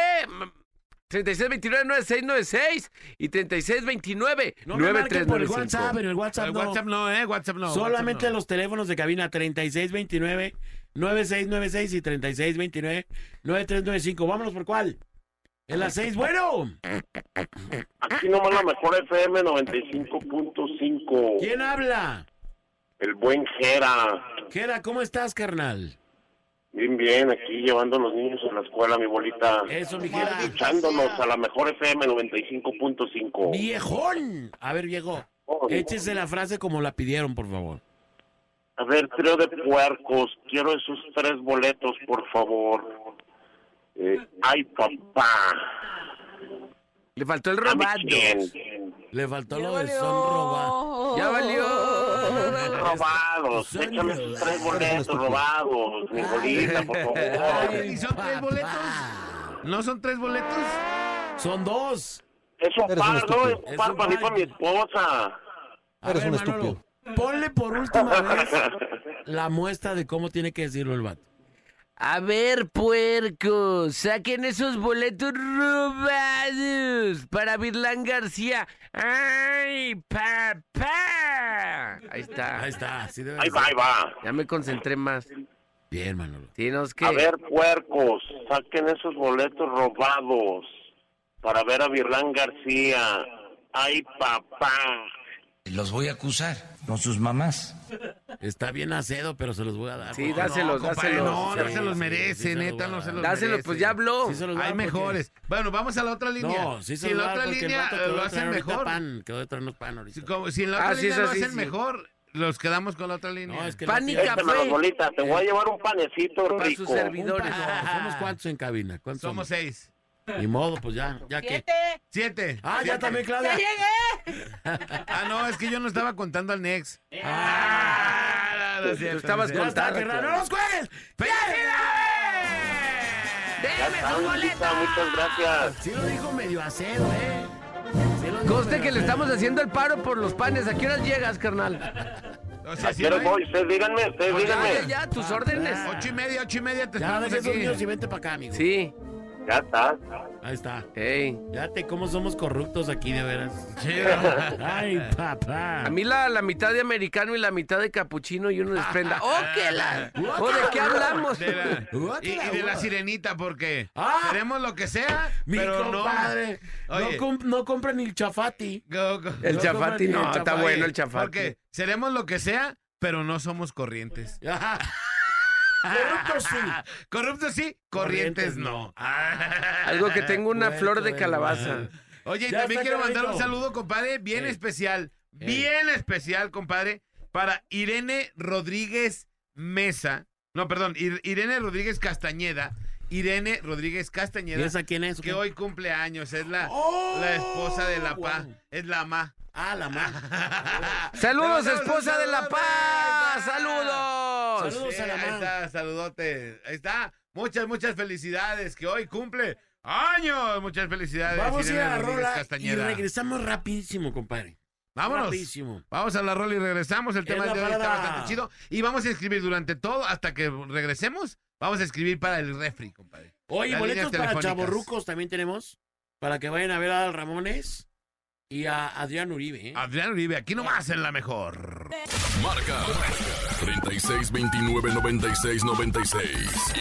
S2: 3629-9696 y 3629
S1: No me marquen por el WhatsApp, en el WhatsApp
S4: El
S1: no.
S4: WhatsApp no, ¿eh? WhatsApp no.
S1: Solamente
S4: WhatsApp no.
S1: los teléfonos de cabina 3629 9696 y 3629 9395. Vámonos por cuál. En las 6. Bueno,
S7: Aquí nomás la mejor FM 95.5.
S1: ¿quién habla?
S7: El buen Jera.
S1: Jera, ¿cómo estás, carnal?
S7: Bien, bien, aquí llevando a los niños a la escuela, mi bolita.
S1: Eso, mi Jera.
S7: Escuchándonos a la mejor FM 95.5.
S1: Viejón. A ver, viejo.
S7: Oh,
S1: Échese la frase como la pidieron, por favor.
S7: A ver, trío de puercos, quiero esos tres boletos, por favor. Eh, ay, papá.
S2: Le faltó el
S7: A mí
S2: robado.
S7: quién.
S1: Le faltó lo de son robados.
S2: Ya
S7: Pues
S2: valió.
S7: Robados, Pues, échame esos tres boletos robados, mi bolita, por favor.
S4: ¿Y son tres boletos? ¿No son tres boletos?
S1: Son dos.
S7: Es un par, ¿no? Es un
S1: Es
S7: par
S1: un
S7: para mí,
S1: par.
S7: para mi esposa.
S1: A ver, Manolo, Ponle por última vez la muestra de cómo tiene que decirlo el vato.
S2: A ver, puercos, saquen esos boletos robados para Virlán García. ¡Ay,
S1: Ah,
S2: papá! Ahí está.
S1: Ahí está, así debe
S7: Ahí
S1: ser.
S7: va, ahí va.
S2: Ya me concentré más.
S1: Bien, Manolo.
S2: Sí, no, es que...
S7: A ver, puercos, saquen esos boletos robados para ver a Virlán García. Ay, papá.
S8: Los voy a acusar, no sus mamás.
S1: Está bien acedo, pero se los voy a dar.
S2: Sí, dáselos,
S4: Compadre,
S2: dáselos.
S4: no, no
S2: Sí.
S4: se los
S1: sí,
S4: merece,
S1: sí,
S4: neta,
S1: sí,
S4: no se los merece.
S2: Dáselos, pues ya habló.
S1: Sí se los voy a
S4: Hay
S1: dar
S4: mejores. Bueno, vamos a la otra
S1: porque-
S4: línea.
S1: No, sí se
S4: si en
S1: los voy
S4: la
S1: a
S4: otra
S1: dar porque el
S4: línea
S1: vato quedó
S4: lo
S1: de traer
S4: hacen
S1: ahorita
S4: mejor.
S1: Pan, quedó de traernos pan ahorita.
S4: Si, como- Pues si en la otra
S2: Ah, sí,
S4: línea
S2: eso
S4: lo
S2: sí,
S4: hacen
S2: sí.
S4: mejor, los quedamos con la otra línea.
S1: No, es que
S2: Pan
S1: no
S2: y
S1: tiene-
S2: café.
S7: Échame las bolitas, te voy a llevar un panecito
S2: Para sus
S7: rico.
S1: Un
S2: servidores.
S1: pan, no, Somos cuántos en cabina. ¿Cuántos
S4: Somos
S1: somos?
S4: seis.
S1: Ni modo, pues ya, ya que.
S4: Siete.
S1: Ah, ya
S4: Siete.
S1: también, Claudia.
S4: Ah, no, es que yo no estaba contando al Nex. Ah, no, no es cierto,
S2: Tú estabas
S4: no es
S1: Ya
S4: cierto.
S1: está, carnal. ¡No los cuelgues!
S7: Ya
S2: ¡Déjame
S7: está,
S2: sus
S7: bolita, muchas
S2: boletas!
S7: gracias.
S1: Sí lo dijo medio acedo, ¿eh? Sí lo dijo
S2: Coste
S1: medio
S2: que le
S1: acedo.
S2: estamos haciendo el paro por los panes. ¿A qué horas llegas, carnal?
S4: O sea, si
S7: Pero
S4: no hay-
S7: voy, ustedes díganme, ustedes
S2: Ya, ya,
S7: díganme.
S2: ya, tus órdenes.
S4: Ocho y media, ocho y media te
S1: Ah, Ya,
S4: esperamos
S1: deja esos
S4: aquí.
S1: niños y vente para acá, amigo.
S2: Sí.
S7: Ya está.
S1: Ahí está.
S2: Ey.
S1: Fíjate cómo somos corruptos aquí, de veras.
S4: Sí,
S1: Ay, papá.
S2: A mí la, la mitad de americano y la mitad de capuchino y uno de prenda. ¡Oh,
S4: Ah,
S2: qué la! ¿O de qué hablamos?
S4: de la- y, y de la sirenita, porque
S1: Ah.
S4: queremos lo que sea,
S1: Mi
S4: pero
S1: compadre.
S4: no.
S1: No,
S4: Oye.
S1: comp- no compra ni el chafati.
S4: Go- go-
S2: El
S1: No
S2: chafati,
S1: compran
S2: no,
S1: el
S2: está
S1: chafati,
S2: bueno el chafati.
S4: Porque seremos lo que sea, pero no somos corrientes.
S1: Ajá.
S9: Corrupto sí.
S4: Corruptos sí, corrientes,
S1: Corrientes
S4: no.
S1: no.
S2: Algo que tengo una
S9: Puerco
S2: flor de
S9: del
S2: calabaza.
S4: Oye, y
S9: Ya
S4: también
S9: está,
S4: quiero mandar un
S9: Carlito.
S4: saludo, compadre, bien
S1: Ey.
S4: especial,
S1: Ey.
S4: bien especial, compadre, para Irene Rodríguez Mesa. No, perdón, Ir- Irene Rodríguez Castañeda. Irene Rodríguez
S1: ¿Y
S4: Castañeda,
S1: esa quién es?
S4: que hoy cumple años, es la,
S9: ¡Oh!
S4: la esposa de la pa,
S1: guau.
S4: es la ma.
S1: Ah, la madre.
S2: Saludos,
S4: Te mandamos
S2: esposa
S4: un
S2: de la
S4: saludote.
S2: paz. Saludos.
S4: Ahí está.
S9: Saludos
S4: Sí,
S9: a la
S4: ahí
S9: ma.
S4: está, saludote. Ahí está. Muchas, muchas felicidades, que hoy cumple años. Muchas felicidades.
S9: Vamos a ir
S4: Irene
S9: a la
S4: Rodríguez
S9: rola
S1: Y
S4: Castañeda.
S1: regresamos rapidísimo, compadre.
S4: Vámonos.
S1: Rapidísimo.
S4: Vamos a la rola y regresamos. El
S9: Es
S4: tema
S9: la
S4: de hoy está
S9: parada.
S4: bastante chido. Y vamos a escribir durante todo, hasta que regresemos, vamos a escribir para el refri, compadre.
S1: Oye,
S4: Las líneas
S1: boletos para
S4: telefónicas.
S1: chaborrucos también tenemos. Para que vayan a ver a Adal Ramones y a Adrián Uribe. ¿eh?
S4: Adrián Uribe, aquí nomás en la mejor.
S6: Marca 36 29 96 96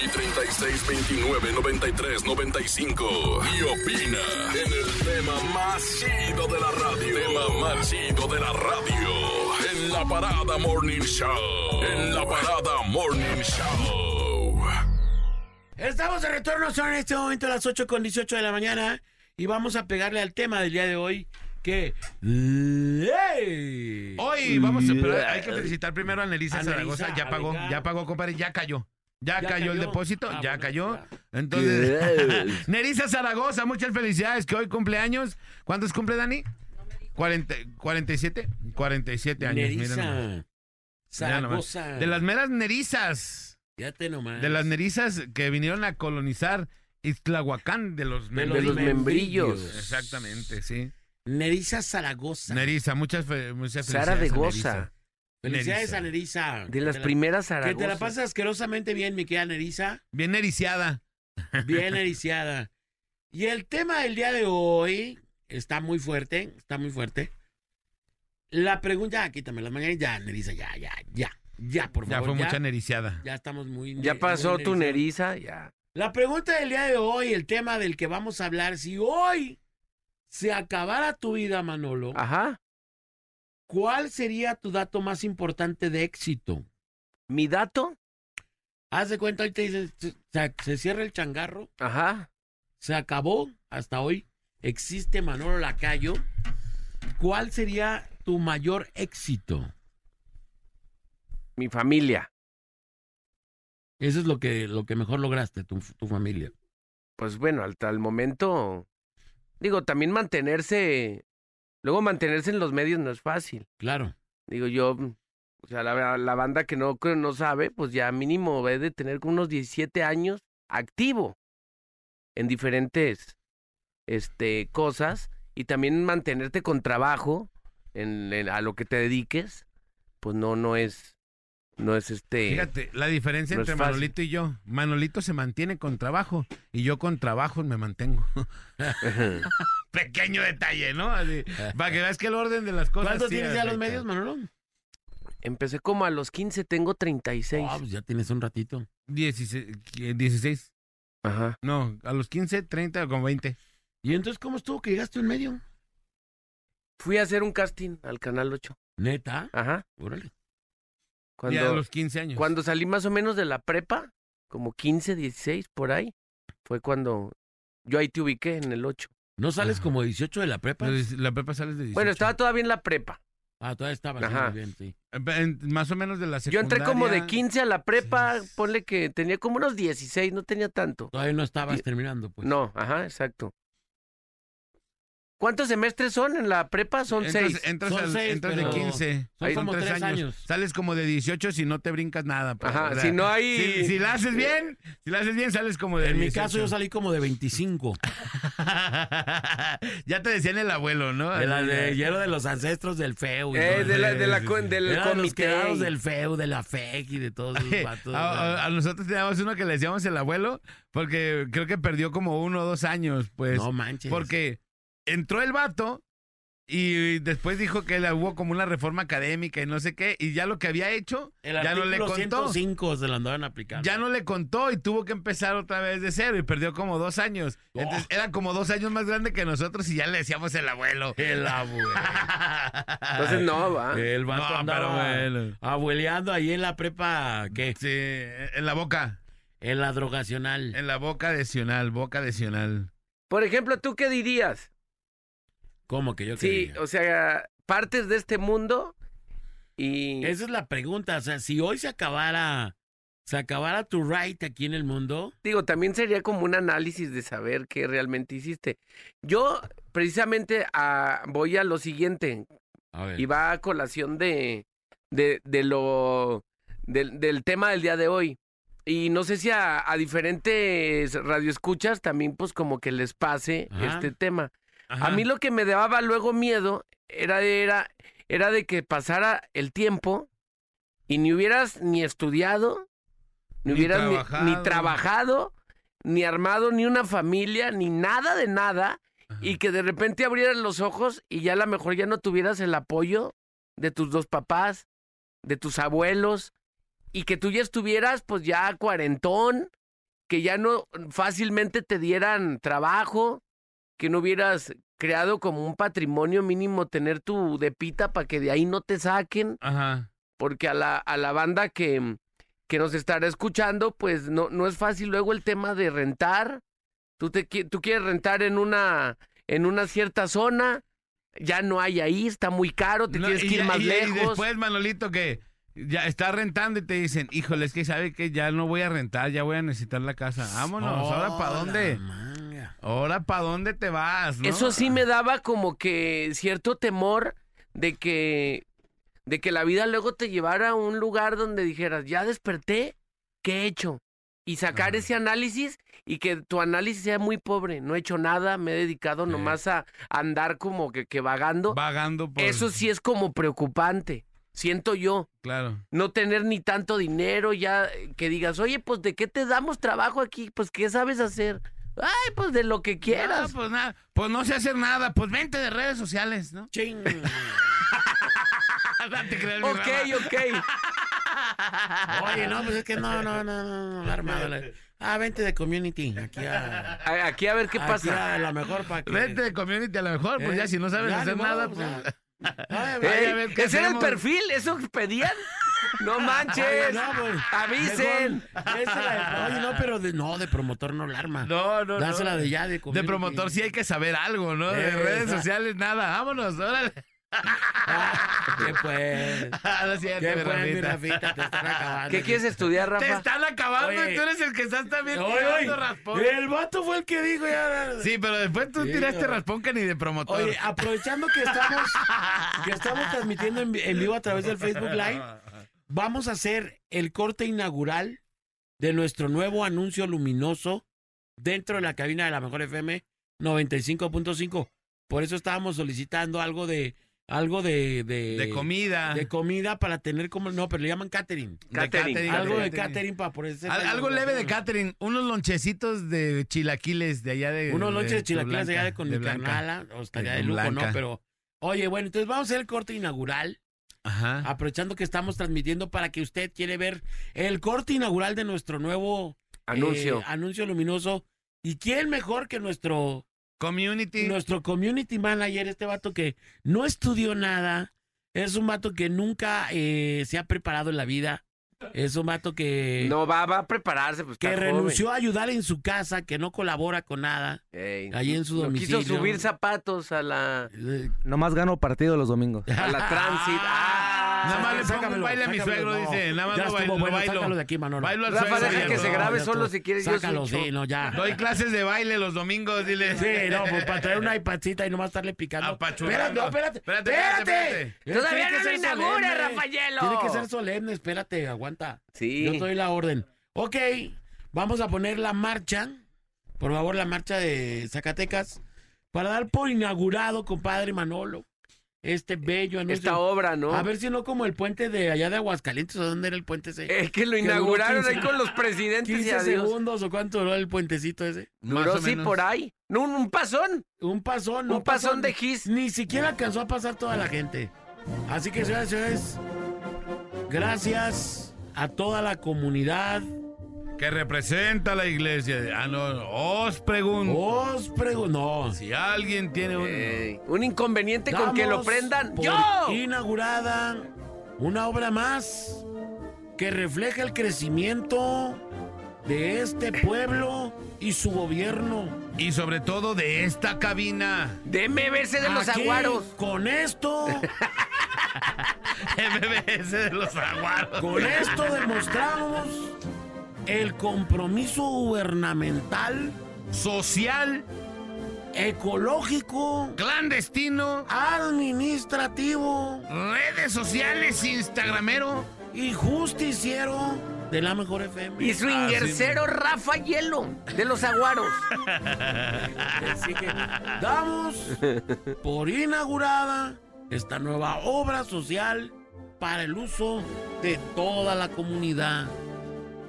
S6: y 36 29 93 95. Y opina en el tema más chido de la radio. Tema más chido de la radio. En la parada Morning Show. En la parada Morning Show.
S1: Estamos de retorno, son en este momento las 8 con 18 de la mañana. Y vamos a pegarle al tema del día de hoy. Que. ¡Ey!
S4: Hoy vamos a. Pero hay que felicitar primero a Nelisa
S1: A
S4: Zaragoza.
S1: Nelisa,
S4: Ya
S1: a
S4: pagó,
S1: Becar.
S4: ya pagó, compadre. Ya cayó. Ya,
S1: ¿Ya
S4: cayó el
S1: cayó?
S4: depósito,
S1: Ah,
S4: ya
S1: bueno,
S4: cayó.
S1: ya.
S4: Entonces, Nerisa Zaragoza, muchas felicidades, que hoy cumpleaños. ¿Cuántos cumple Dani? 40, 47, 47 años. mira nomás.
S1: Nerissa.
S4: Mira nomás.
S1: Zaragoza.
S4: De las meras nerizas.
S1: Fíjate nomás.
S4: De las nerizas que vinieron a colonizar Iztlahuacán de los
S1: De
S2: De los
S4: membrillos.
S2: membrillos.
S4: Exactamente, sí.
S1: Nerissa Zaragoza.
S4: Neriza, muchas, fe- muchas
S2: Sara
S4: felicidades
S2: de
S4: a
S2: Goza.
S1: Felicidades
S4: Nerissa.
S1: a Nerissa.
S2: De las
S1: Que te la-
S2: primeras
S1: Que te la
S2: Zaragoza.
S1: pasas asquerosamente bien, mi querida Nerissa.
S4: Bien nericiada.
S1: Bien ericiada. Y el tema del día de hoy está muy fuerte, está muy fuerte. La pregunta, ya, quítame las mañanas, ya, Nerissa, ya, ya, ya, ya, por
S4: Ya
S1: favor.
S4: fue mucha nericiada.
S1: ya estamos muy...
S2: Ya
S1: muy
S2: pasó tu
S1: nerizados.
S2: neriza. Ya.
S1: La pregunta del día de hoy, el tema del que vamos a hablar, si hoy se acabara tu vida, Manolo,
S2: Ajá.
S1: ¿cuál sería tu dato más importante de éxito?
S2: Mi dato.
S1: Haz de cuenta, hoy te dicen, se- se- se cierra el changarro,
S2: Ajá.
S1: se acabó hasta hoy. Existe Manolo Lacayo. ¿Cuál sería tu mayor éxito?
S2: Mi familia.
S1: Eso es lo que, lo que mejor lograste, tu, tu familia.
S2: Pues bueno, hasta el momento. Digo, también mantenerse. Luego mantenerse en los medios no es fácil.
S1: Claro.
S2: Digo, yo, mm, o sea, la, la banda que no, que no sabe, pues ya mínimo debe de tener como unos 17 años activo en diferentes este, cosas y también mantenerte con trabajo en, en- a lo que te dediques, pues no, no es, no es este...
S4: Fíjate, la diferencia
S2: no es
S4: entre
S2: fácil.
S4: Manolito y yo. Manolito se mantiene con trabajo y yo con trabajo me mantengo. Pequeño detalle, ¿no? Así, para que veas que el orden de las cosas.
S1: ¿Cuánto
S4: sí
S1: tienes ya los
S4: afecta.
S1: medios, Manolo?
S2: Empecé como a los 15, tengo 36.
S1: Ah, pues ya tienes un ratito.
S4: Dieciséis- eh, 16.
S2: Ajá.
S4: No, a los 15, 30 o con 20.
S1: ¿Y entonces cómo estuvo que llegaste a un medio?
S2: Fui a hacer un casting al Canal 8.
S1: Neta.
S2: Ajá.
S1: Ah, Órale.
S4: Ya
S2: Cuando,
S4: a los 15 años.
S2: Cuando salí más o menos de la prepa, como 15, 16, por ahí, fue cuando yo ahí te ubiqué en el 8.
S1: ¿No sales
S4: Ah.
S1: como 18 de la prepa?
S4: Pues, La prepa sales de 18.
S2: Bueno, estaba todavía en la prepa.
S1: Ah, todavía estabas sí,
S2: Ajá.
S1: muy bien, sí.
S4: En- Más o menos de la
S2: Yo
S4: secundaria.
S2: entré como de 15 a la prepa,
S4: Sí.
S2: ponle que tenía como unos 16, no tenía tanto.
S1: Todavía no estabas
S2: Y-
S1: terminando, pues.
S2: No, ajá, exacto. ¿Cuántos semestres son en la prepa? Son
S4: entras,
S2: seis.
S4: Entras,
S1: Son
S4: al-
S1: seis,
S4: entras de
S1: pero
S4: 15.
S1: son
S4: Ahí
S1: como
S4: tres
S1: tres años.
S4: Sales como de 18 si no te brincas nada. pues,
S2: Ajá,
S4: o sea,
S2: si no hay...
S4: Si, si la haces bien, si la haces bien, sales como de
S1: En mi
S4: 18.
S1: caso yo salí como de 25.
S4: ya te decían el abuelo, ¿no?
S1: De la, de, yo era de los ancestros del feo. y
S2: Eh,
S1: todo
S2: de la, de la
S4: Sí, sí,
S2: con-
S4: sí.
S2: del
S1: Era de los
S2: comité.
S1: quedados del feo, de la FEC y de todos esos vatos.
S4: A, a- a nosotros teníamos uno que le decíamos el abuelo porque creo que perdió como uno o dos años, pues.
S1: no manches.
S4: porque entró el vato y después dijo que la hubo como una reforma académica y no sé qué, y ya lo que había hecho,
S1: El
S4: ya no le
S1: artículo
S4: contó.
S1: 105 se lo andaban aplicando.
S4: Ya no le contó y tuvo que empezar otra vez de cero y perdió como dos años. Entonces era como dos años más grande que nosotros
S1: Oh.
S4: y ya le decíamos el abuelo.
S1: El abuelo.
S2: Entonces no, va.
S1: El vato
S4: No,
S1: andaba
S4: pero bueno.
S1: abueleando ahí en la prepa, ¿qué?
S4: Sí, en la boca,
S1: En la drogacional.
S4: en la boca adicional, boca adicional.
S2: Por ejemplo, ¿tú qué dirías?
S1: ¿Cómo que yo
S2: Sí,
S1: quería?
S2: o sea, partes de este mundo y...
S1: Esa es la pregunta. O sea, si hoy se acabara, se acabara tu right aquí en el mundo,
S2: Digo, también sería como un análisis de saber qué realmente hiciste. Yo precisamente a- voy a lo siguiente
S1: a ver,
S2: y va a colación de, de, de lo del- del tema del día de hoy. Y no sé si a, a diferentes radioescuchas también pues como que les pase
S1: Ajá.
S2: este tema.
S1: Ajá.
S2: A mí lo que me daba luego miedo era, era, era de que pasara el tiempo y ni hubieras ni estudiado, ni,
S4: Ni
S2: hubieras ni- ni,
S4: trabajado.
S2: trabajado, ni armado ni una familia, ni nada de nada, y que de repente abrieras los ojos y ya a lo mejor ya no tuvieras el apoyo de tus dos papás, de tus abuelos, y que tú ya estuvieras pues ya cuarentón, que ya no fácilmente te dieran trabajo, que no hubieras creado como un patrimonio mínimo tener tu depita para que de ahí no te saquen,
S4: Ajá.
S2: porque a la, a la banda que, mm, que nos estará escuchando, pues no, no es fácil luego el tema de rentar. Tú, te, qui- tú quieres rentar en una, en una cierta zona, ya no hay ahí, está muy caro, te
S4: No,
S2: tienes
S4: y
S2: que ir
S4: ya-
S2: más
S4: y-
S2: lejos.
S4: Y después, Manolito, que ya está rentando y te dicen, híjole, es que sabe que ya no voy a rentar, ya voy a necesitar la casa. Vámonos, ¿ahora para
S1: Oh,
S4: dónde?
S1: la manga.
S4: ¿Ahora para dónde te vas? no?
S2: Eso sí me daba como que cierto temor de que de que la vida luego te llevara a un lugar donde dijeras, ya desperté, ¿qué he hecho? Y sacar ese análisis y que tu análisis sea muy pobre. No he hecho nada, me he dedicado
S4: Sí.
S2: nomás a andar como que, que vagando.
S4: Vagando por...
S2: Eso sí es como preocupante, siento yo.
S4: Claro.
S2: No tener ni tanto dinero, ya eh, que digas, oye, pues ¿de qué te damos trabajo aquí? Pues ¿qué sabes hacer? Ay, pues de lo que
S4: Ah,
S2: quieras.
S4: pues nada, pues no sé hacer nada, pues vente de redes sociales, ¿no?
S1: Ching.
S4: Date creer, mi
S2: Ok,
S4: rama.
S2: ok.
S1: Oye, no, pues es que no, no, no, no, no, armado. la- Ah, vente de community. Aquí a,
S2: A- Aquí a ver qué
S1: aquí
S2: pasa.
S1: a la mejor para que.
S4: Vente de community a lo mejor, pues
S1: Eh,
S4: ya si no sabes
S1: ya,
S4: hacer
S1: ni
S4: nada,
S1: modo,
S4: pues...
S1: o Ay,
S4: Ay,
S2: Ey,
S4: a ver, ¿qué
S2: ¿Ese era el
S4: hacemos?
S2: perfil? ¿Eso pedían? No manches.
S1: no, pues,
S2: Avisen.
S1: mejor, esa la- oye, no, pero de, no, de promotor no la arma.
S4: No, no, no.
S1: Dásela de ya, de
S4: De
S1: community.
S4: promotor sí hay que saber algo, ¿no? De
S1: Eh,
S4: redes
S1: ajá.
S4: sociales nada, vámonos, órale.
S1: ¿Qué pues?
S4: no es cierto,
S1: ¿Qué
S4: mi
S1: pues, mi
S4: ramita.
S1: Rafita? Te están acabando.
S2: ¿Qué quieres estudiar,
S4: Te
S2: Rafa?
S4: están acabando
S1: Oye.
S4: y tú eres el que estás también
S1: Oye,
S4: tirando
S1: oye,
S4: raspón.
S1: El vato fue el que dijo ya.
S4: Sí, pero después tú
S1: Sí,
S4: tiraste
S1: no.
S4: raspón que ni de promotor.
S1: Oye, aprovechando que estamos, que estamos transmitiendo en, vi- en vivo a través del Facebook Live, vamos a hacer el corte inaugural de nuestro nuevo anuncio luminoso dentro de la cabina de la Mejor FM 95.5. Por eso estábamos solicitando algo de algo de de,
S4: de comida.
S1: de comida para tener como no, pero le llaman catering.
S2: Catering.
S1: Algo de
S4: catering.
S1: catering para poder hacer-
S4: Al- algo leve de catering, unos lonchecitos de chilaquiles de allá de.
S1: Unos lonches de chilaquiles
S4: Blanca,
S1: allá de con mi
S4: Blanca.
S2: ah,
S1: carnala, o estaría
S4: De
S1: de lujo, ¿no?
S4: Blanca.
S1: Pero, oye, bueno, entonces vamos a hacer el corte inaugural,
S4: Ajá.
S1: aprovechando que estamos transmitiendo para que usted quiere ver el corte inaugural de nuestro nuevo
S2: Anuncio.
S1: eh, anuncio luminoso. ¿Y quién mejor que nuestro,
S4: Community.
S1: nuestro community manager, este vato que no estudió nada? Es un vato que nunca eh, se ha preparado en la vida. Es un vato que,
S2: No, va, va a prepararse. Pues,
S1: que
S2: está
S1: renunció a ayudar en su casa, que no colabora con nada,
S2: joven. Ey.
S1: ahí en su
S2: No
S1: domicilio.
S2: quiso subir zapatos a la,
S1: Eh,
S9: Nomás gano partido los domingos.
S2: a la transit.
S4: Nada
S2: Ah,
S4: más le pongo un baile a mi suegro, dice. Nada más
S1: ya estuvo
S4: lo bailo.
S1: bueno,
S4: lo bailo.
S1: sácalo de aquí, Manolo.
S4: Bailo al
S2: Rafa,
S4: suegro
S2: deja
S4: y
S2: que
S4: al-
S2: se
S4: no,
S2: grabe
S4: ya
S2: solo
S4: estuvo.
S2: si quieres, yo soy
S1: Sácalo,
S2: un
S1: sí,
S2: show.
S1: no, ya.
S4: Doy clases de baile los domingos, dile.
S1: Sí, no, pues para traer una iPadcita y nomás estarle picando. Espérate,
S4: Apachurrando.
S1: no, espérate.
S4: Espérate,
S1: Espérate.
S4: espérate, espérate.
S1: Eh,
S2: Todavía
S1: tiene
S2: no
S1: que
S2: lo
S1: ser
S2: inaugura,
S1: solemne.
S2: Rafaelo.
S1: Tiene que ser solemne, espérate, aguanta.
S2: Sí.
S1: Yo te doy la orden. Ok, vamos a poner la marcha. Por favor, la marcha de Zacatecas. Para dar por inaugurado, compadre Manolo, este bello anuncio.
S2: Esta obra, ¿no?
S1: A ver si no como el puente de allá de Aguascalientes, ¿o dónde era el puente ese?
S2: Es que lo
S1: duró
S2: inauguraron
S1: 15
S2: ahí con los presidentes y
S1: 15
S2: adiós.
S1: segundos o cuánto duró el puentecito ese.
S4: Más
S2: Duró
S4: o
S2: sí
S4: menos.
S2: por ahí. No, un, un pasón.
S1: Un pasón,
S2: un pasón de gis.
S1: Ni siquiera alcanzó a pasar toda la gente. Así que, señoras y señores, gracias a toda la comunidad.
S4: Que representa la iglesia. Ah, no, os pregunto.
S1: Os pregunto. No.
S4: Si alguien tiene un...
S2: Eh, un inconveniente con que lo
S1: Damos
S2: prendan.
S1: por
S2: ¡Yo!
S1: Inaugurada una obra más que refleja el crecimiento de este pueblo y su gobierno.
S4: Y sobre todo de esta cabina.
S2: Deme verse de los
S1: Aquí,
S2: aguaros.
S1: Con esto,
S4: MBS de los aguaros.
S1: con esto demostramos el compromiso gubernamental,
S4: Social,
S1: ecológico,
S4: clandestino,
S1: administrativo
S4: redes sociales, instagramero.
S1: y justiciero de la mejor FM.
S2: Y swingercero Rafa Hielo de los aguaros.
S1: Así que damos por inaugurada esta nueva obra social para el uso de toda la comunidad.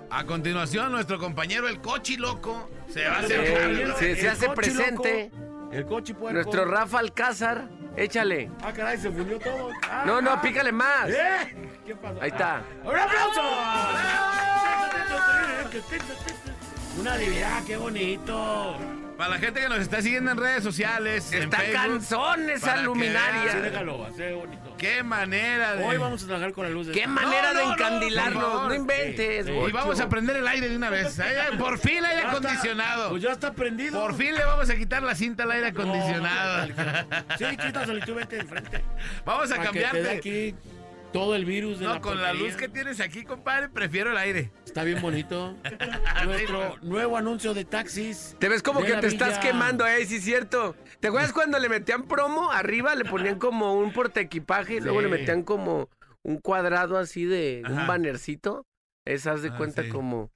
S4: A continuación, nuestro compañero el cochi loco se va a hacer
S2: Eh,
S4: cargo.
S2: se- se
S1: El
S2: hace
S1: cochi
S2: presente.
S1: loco, el coche puerco.
S2: Nuestro Rafa Alcázar. Échale.
S1: Ah, caray, se fundió todo. Ah,
S2: No, no,
S1: ah.
S2: pícale más.
S1: ¿Eh? ¿Qué pasó?
S2: Ahí está.
S1: Ah, ¡Un aplauso! Una divinidad, qué bonito.
S4: Para la gente que nos está siguiendo en redes sociales, en
S2: Está
S4: Facebook,
S2: canzón esa
S4: para que
S2: luminaria.
S1: Así déjalo, así de bonito.
S4: qué manera de.
S1: Hoy vamos a trabajar con la luz de
S2: Qué
S1: esta-
S2: manera
S4: No,
S2: de
S4: no, no,
S2: encandilarnos.
S4: por
S2: No,
S4: favor.
S2: inventes.
S1: Sí, sí.
S4: Y
S2: bocho.
S4: vamos a prender el aire de una vez. Ay, ay, Por fin aire
S1: Ya está.
S4: acondicionado.
S1: Pues ya está prendido.
S4: Por fin le vamos a quitar la cinta al aire
S1: No,
S4: acondicionado.
S1: Sí, quítaselo y tú vete enfrente.
S4: Vamos a
S1: Para que te dé
S4: cambiarte.
S1: aquí todo el virus de
S4: No,
S1: la
S4: con la
S1: porquería.
S4: luz que tienes aquí, compadre, prefiero el aire.
S1: Está bien bonito. Nuestro nuevo anuncio de taxis.
S2: Te ves como
S1: de
S2: que
S1: la
S2: te estás
S1: villa.
S2: quemando, eh, sí es cierto. ¿Te acuerdas cuando le metían promo? Arriba le ponían como un portaequipaje y luego
S1: Sí.
S2: le metían como un cuadrado así de
S4: Ajá.
S2: un bannercito. Esas de
S4: Ah,
S2: cuenta
S4: sí.
S2: como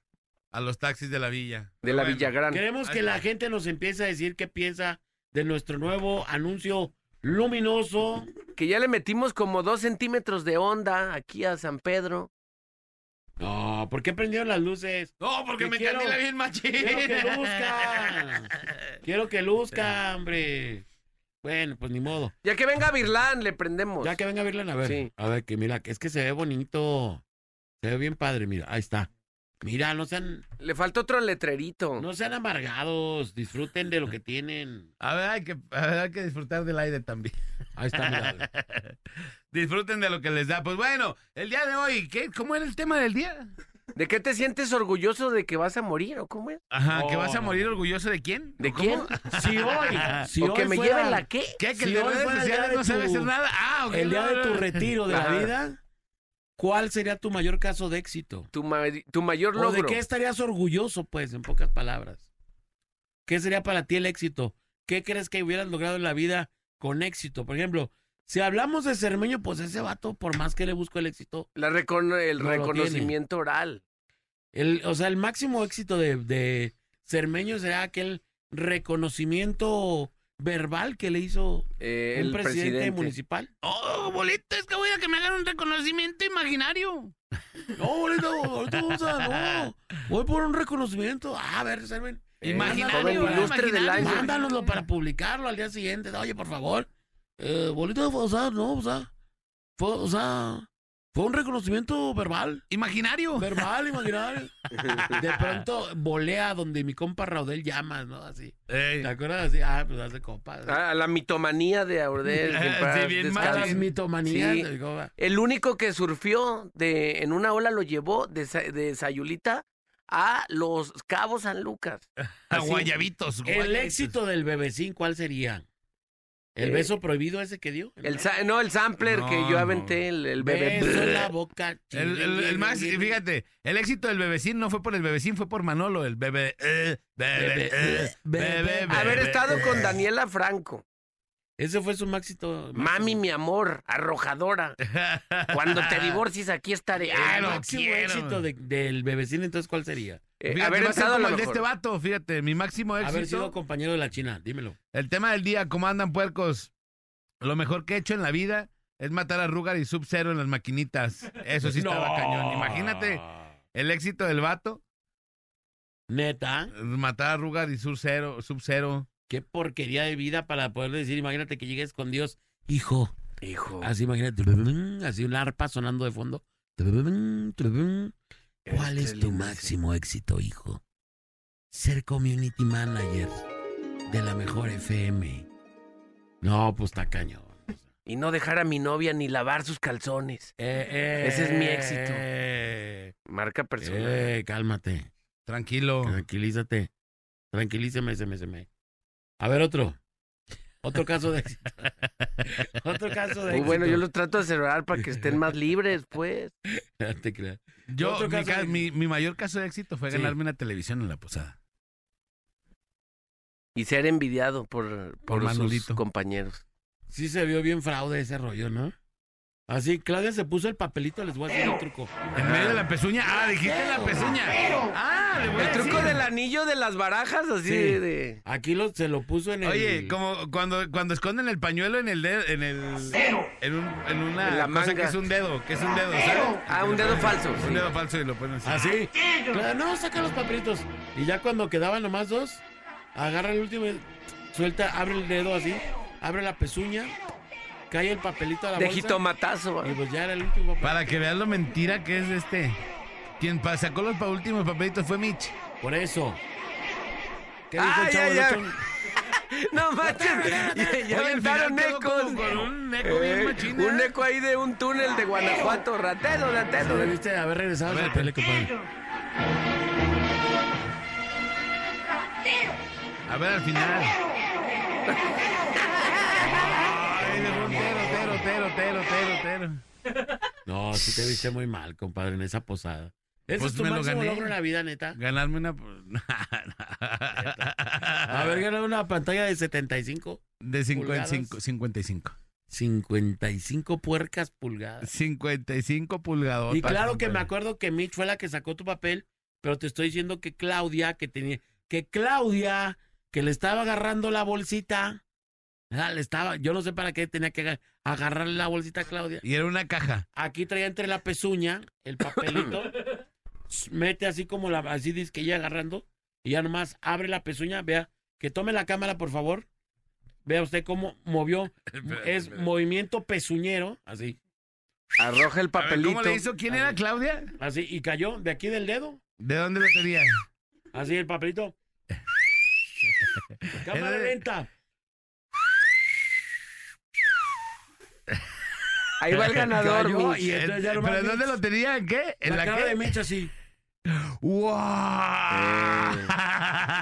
S4: A los taxis de la villa.
S2: de la
S4: Bueno,
S2: Villagrán.
S1: Queremos que la gente nos empiece a decir qué piensa de nuestro nuevo anuncio luminoso.
S2: Que ya le metimos como dos centímetros de onda aquí a San Pedro.
S1: No, ¿por qué prendieron las luces?
S4: No, porque
S1: Te
S4: me
S1: quiero-
S4: candila bien machín.
S1: Quiero que luzca. Quiero que luzca, hombre. Bueno, pues ni modo.
S2: Ya que venga Virlán, le prendemos.
S1: Ya que venga a verla, a ver.
S2: Pues, Sí.
S1: A ver, que mira, que es que se ve bonito. Se ve bien padre, mira, ahí está. Mira, no sean,
S2: Le falta otro letrerito.
S1: no sean amargados, disfruten de lo que tienen.
S4: A ver, hay que, a ver, hay que disfrutar del aire también.
S1: Ahí está, mira.
S4: Disfruten de lo que les da. Pues bueno, el día de hoy, ¿qué? ¿cómo era el tema del día?
S2: ¿De qué te sientes orgulloso de que vas a morir o cómo es?
S4: Ajá, ¿que
S1: No,
S4: vas a
S1: no.
S4: morir orgulloso de quién?
S2: ¿De
S4: ¿O cómo?
S2: quién?
S1: Si hoy, si
S2: ¿O
S1: hoy
S2: que me
S1: fuera
S2: lleven la qué?
S4: ¿Qué? ¿Que
S1: Si
S4: el de
S1: hoy
S4: redes
S1: fuera el día
S4: sociales
S1: de
S4: no sabe
S1: tu-
S4: hacer nada? Ah, ok,
S1: el día
S4: no,
S1: de
S4: no,
S1: tu
S4: no.
S1: retiro de
S2: Ajá.
S1: la vida, ¿cuál sería tu mayor caso de éxito?
S2: Tu, ma- tu mayor
S1: ¿O de
S2: logro.
S1: qué estarías orgulloso, pues, en pocas palabras? ¿Qué sería para ti el éxito? ¿Qué crees que hubieras logrado en la vida con éxito? Por ejemplo, si hablamos de Cermeño, pues ese vato, por más que le busco el éxito,
S2: La recono- el
S1: No lo
S2: reconocimiento oral.
S1: el, o sea, el máximo éxito de, de Cermeño será aquel reconocimiento verbal que le hizo
S2: Eh,
S1: el
S2: el
S1: presidente,
S2: presidente
S1: municipal.
S4: Oh, bolito, es que voy a que me hagan un reconocimiento imaginario.
S1: No, ahorita, ahorita vamos a. No, voy por un reconocimiento. Ah, a ver, Sermen.
S2: Eh,
S4: Imaginario,
S2: joven ilustre del
S4: imaginario.
S2: año.
S1: Mándanoslo para publicarlo al día siguiente. Oye, por favor. Eh, bolito de o sea, no, o sea. Fue, o sea, fue un reconocimiento verbal.
S4: Imaginario.
S1: Verbal, imaginario. De pronto volea donde mi compa Raudel llama, ¿no? Así.
S4: Ey.
S1: ¿Te acuerdas? Así, ah, pues hace compa.
S2: Ah, a la mitomanía de Aurdel. que
S4: Sí,
S2: para
S4: bien
S2: descanse.
S1: A
S4: mala.
S1: las mitomanías.
S2: Sí.
S1: de mi compa.
S2: El único que surfió de, en una ola lo llevó de, Sa- de Sayulita a los Cabos San Lucas.
S4: A
S2: Así.
S4: Guayabitos.
S1: El
S4: guayabitos.
S1: éxito del bebecín, ¿cuál sería? ¿El
S2: Eh,
S1: beso prohibido ese que dio?
S2: El, sa- no, el sampler que
S4: No,
S2: yo
S4: no.
S2: aventé, el, el bebé.
S1: beso en la boca.
S4: El, el- el más, y fíjate, el éxito del bebecín no fue por el bebecín, fue por Manolo, el bebé. eh, bebé, eh, bebé, bebé.
S2: Haber estado con Daniela Franco.
S1: Ese fue su máxito.
S2: Mami, mi amor, arrojadora. Cuando te divorcies, aquí estaré. Ah,
S1: El
S4: Claro.
S2: no.
S1: máximo
S4: quiero.
S1: éxito de- del bebecín, entonces, ¿cuál sería?
S2: Eh,
S4: Fíjate,
S2: haber
S4: va a ser
S2: estado a
S4: como
S2: lo
S4: el de
S2: mejor.
S4: este vato, fíjate, mi máximo
S1: Haber
S4: éxito.
S1: sido compañero de la China, dímelo.
S4: El tema del día, ¿cómo andan puercos? Lo mejor que he hecho en la vida es matar a Rugar y Sub-Zero en las maquinitas. Eso sí estaba cañón. Imagínate el éxito del vato,
S1: Neta,
S4: matar a Rugar y Sub-Zero. Sub-Zero.
S1: qué porquería de vida para poder decir, imagínate que llegues con Dios, hijo.
S2: Hijo.
S1: Así imagínate, tururum, así un arpa sonando de fondo. Tururum, tururum. ¿Cuál es tu máximo éxito, hijo? Ser community manager de la mejor FM. No, pues está cañón.
S2: Y no dejar a mi novia ni lavar sus calzones.
S1: Eh, eh,
S2: Ese es mi éxito.
S1: eh,
S2: Marca personal.
S1: eh, cálmate,
S4: Tranquilo.
S1: tranquilízate. Tranquilízame, se me, se me. A ver, otro. Otro caso de éxito. Otro caso de
S2: Muy
S1: éxito.
S2: bueno, yo los trato de cerrar para que estén más libres, pues.
S1: No te creas.
S4: Yo,
S1: Otro
S4: mi,
S1: caso
S4: ca-
S1: de-
S4: mi- mi mayor caso de éxito fue
S1: Sí.
S4: ganarme una televisión en la posada.
S2: Y ser envidiado por,
S4: Por
S2: por, sus
S4: Manolito.
S2: compañeros.
S1: Sí se vio bien fraude ese rollo, ¿no? Así, Claudia se puso el papelito, les voy a hacer un truco.
S4: En medio de la pezuña. Ah, dijiste la pezuña. Ah, le voy a
S2: El truco
S4: decir.
S2: del anillo de las barajas, así
S1: Sí.
S2: de- de...
S1: Aquí lo, se lo puso en el...
S4: Oye, como cuando, cuando esconden el pañuelo en el dedo, en el. En, un, en una
S2: En la
S4: cosa que
S2: manga.
S4: es un dedo, que es un dedo, ¿sabes?
S2: Ah, un dedo falso.
S4: Un
S2: sí.
S4: dedo falso y lo ponen así.
S1: Así. Claro, no, saca los papelitos. Y ya cuando quedaban nomás dos, agarra el último, y suelta, abre el dedo así, abre la pezuña, cae el papelito a la
S2: De
S1: bolsa,
S2: jitomatazo.
S1: Y pues ya era el último papel.
S4: Para que veas lo mentira que es este. Quien pa- sacó los pa- últimos papelitos fue Mitch.
S1: Por eso. ¿Qué
S2: Ah, ya,
S1: del
S2: ya.
S1: ocho?
S2: No manches. Ya, ya
S4: Oye, al
S2: aventaron
S4: final quedó como
S2: ecos.
S4: con un eco bien
S2: Eh,
S4: machín,
S2: un
S4: ¿eh? Ah,
S2: eco ahí de un túnel de Guanajuato. Ratero, ratero.
S1: Debiste de haber regresado a la tele, compadre.
S4: A ver, al final. Ay, dejó un tero, tero, tero, tero, tero, tero.
S1: No, sí te viste muy mal, compadre, en esa posada. Ese
S4: Pues
S1: es tu
S4: me lo
S1: máximo
S4: gané.
S1: logro en la vida, neta.
S4: Ganarme una.
S1: Haber ganado una pantalla de 75.
S4: De 55.
S1: Pulgadas.
S4: 55.
S1: 55 puercas pulgadas.
S4: 55 pulgadotas.
S1: Y claro que me
S4: compadre.
S1: acuerdo que Mitch fue la que sacó tu papel, pero te estoy diciendo que Claudia, que tenía, que Claudia, que le estaba agarrando la bolsita, ah, le estaba, yo no sé para qué tenía que aga- agarrarle la bolsita a Claudia.
S4: Y era una caja.
S1: Aquí traía entre la pezuña el papelito, s- pues, mete así como la, así dice que ella agarrando, y ya nomás abre la pezuña, vea, que tome la cámara, por favor. Vea usted cómo movió, es movimiento pezuñero, así.
S2: Arroja el
S4: A ver,
S2: papelito.
S4: ¿Cómo le hizo? ¿Quién
S1: A
S4: era
S1: ver.
S4: Claudia?
S1: Así, y cayó de aquí del dedo.
S4: ¿De dónde lo tenía?
S1: Así el papelito. Cámara
S4: Era-
S1: lenta.
S2: Ahí va el ganador,
S1: Cayó
S2: Mitch.
S1: y entonces ya
S4: ¿Pero
S1: nomás
S4: en dónde
S1: Mitch.
S4: lo tenía? ¿En qué? ¿En
S1: La,
S4: la,
S1: cara
S4: qué?
S1: de Mitch así.
S4: ¡Wow!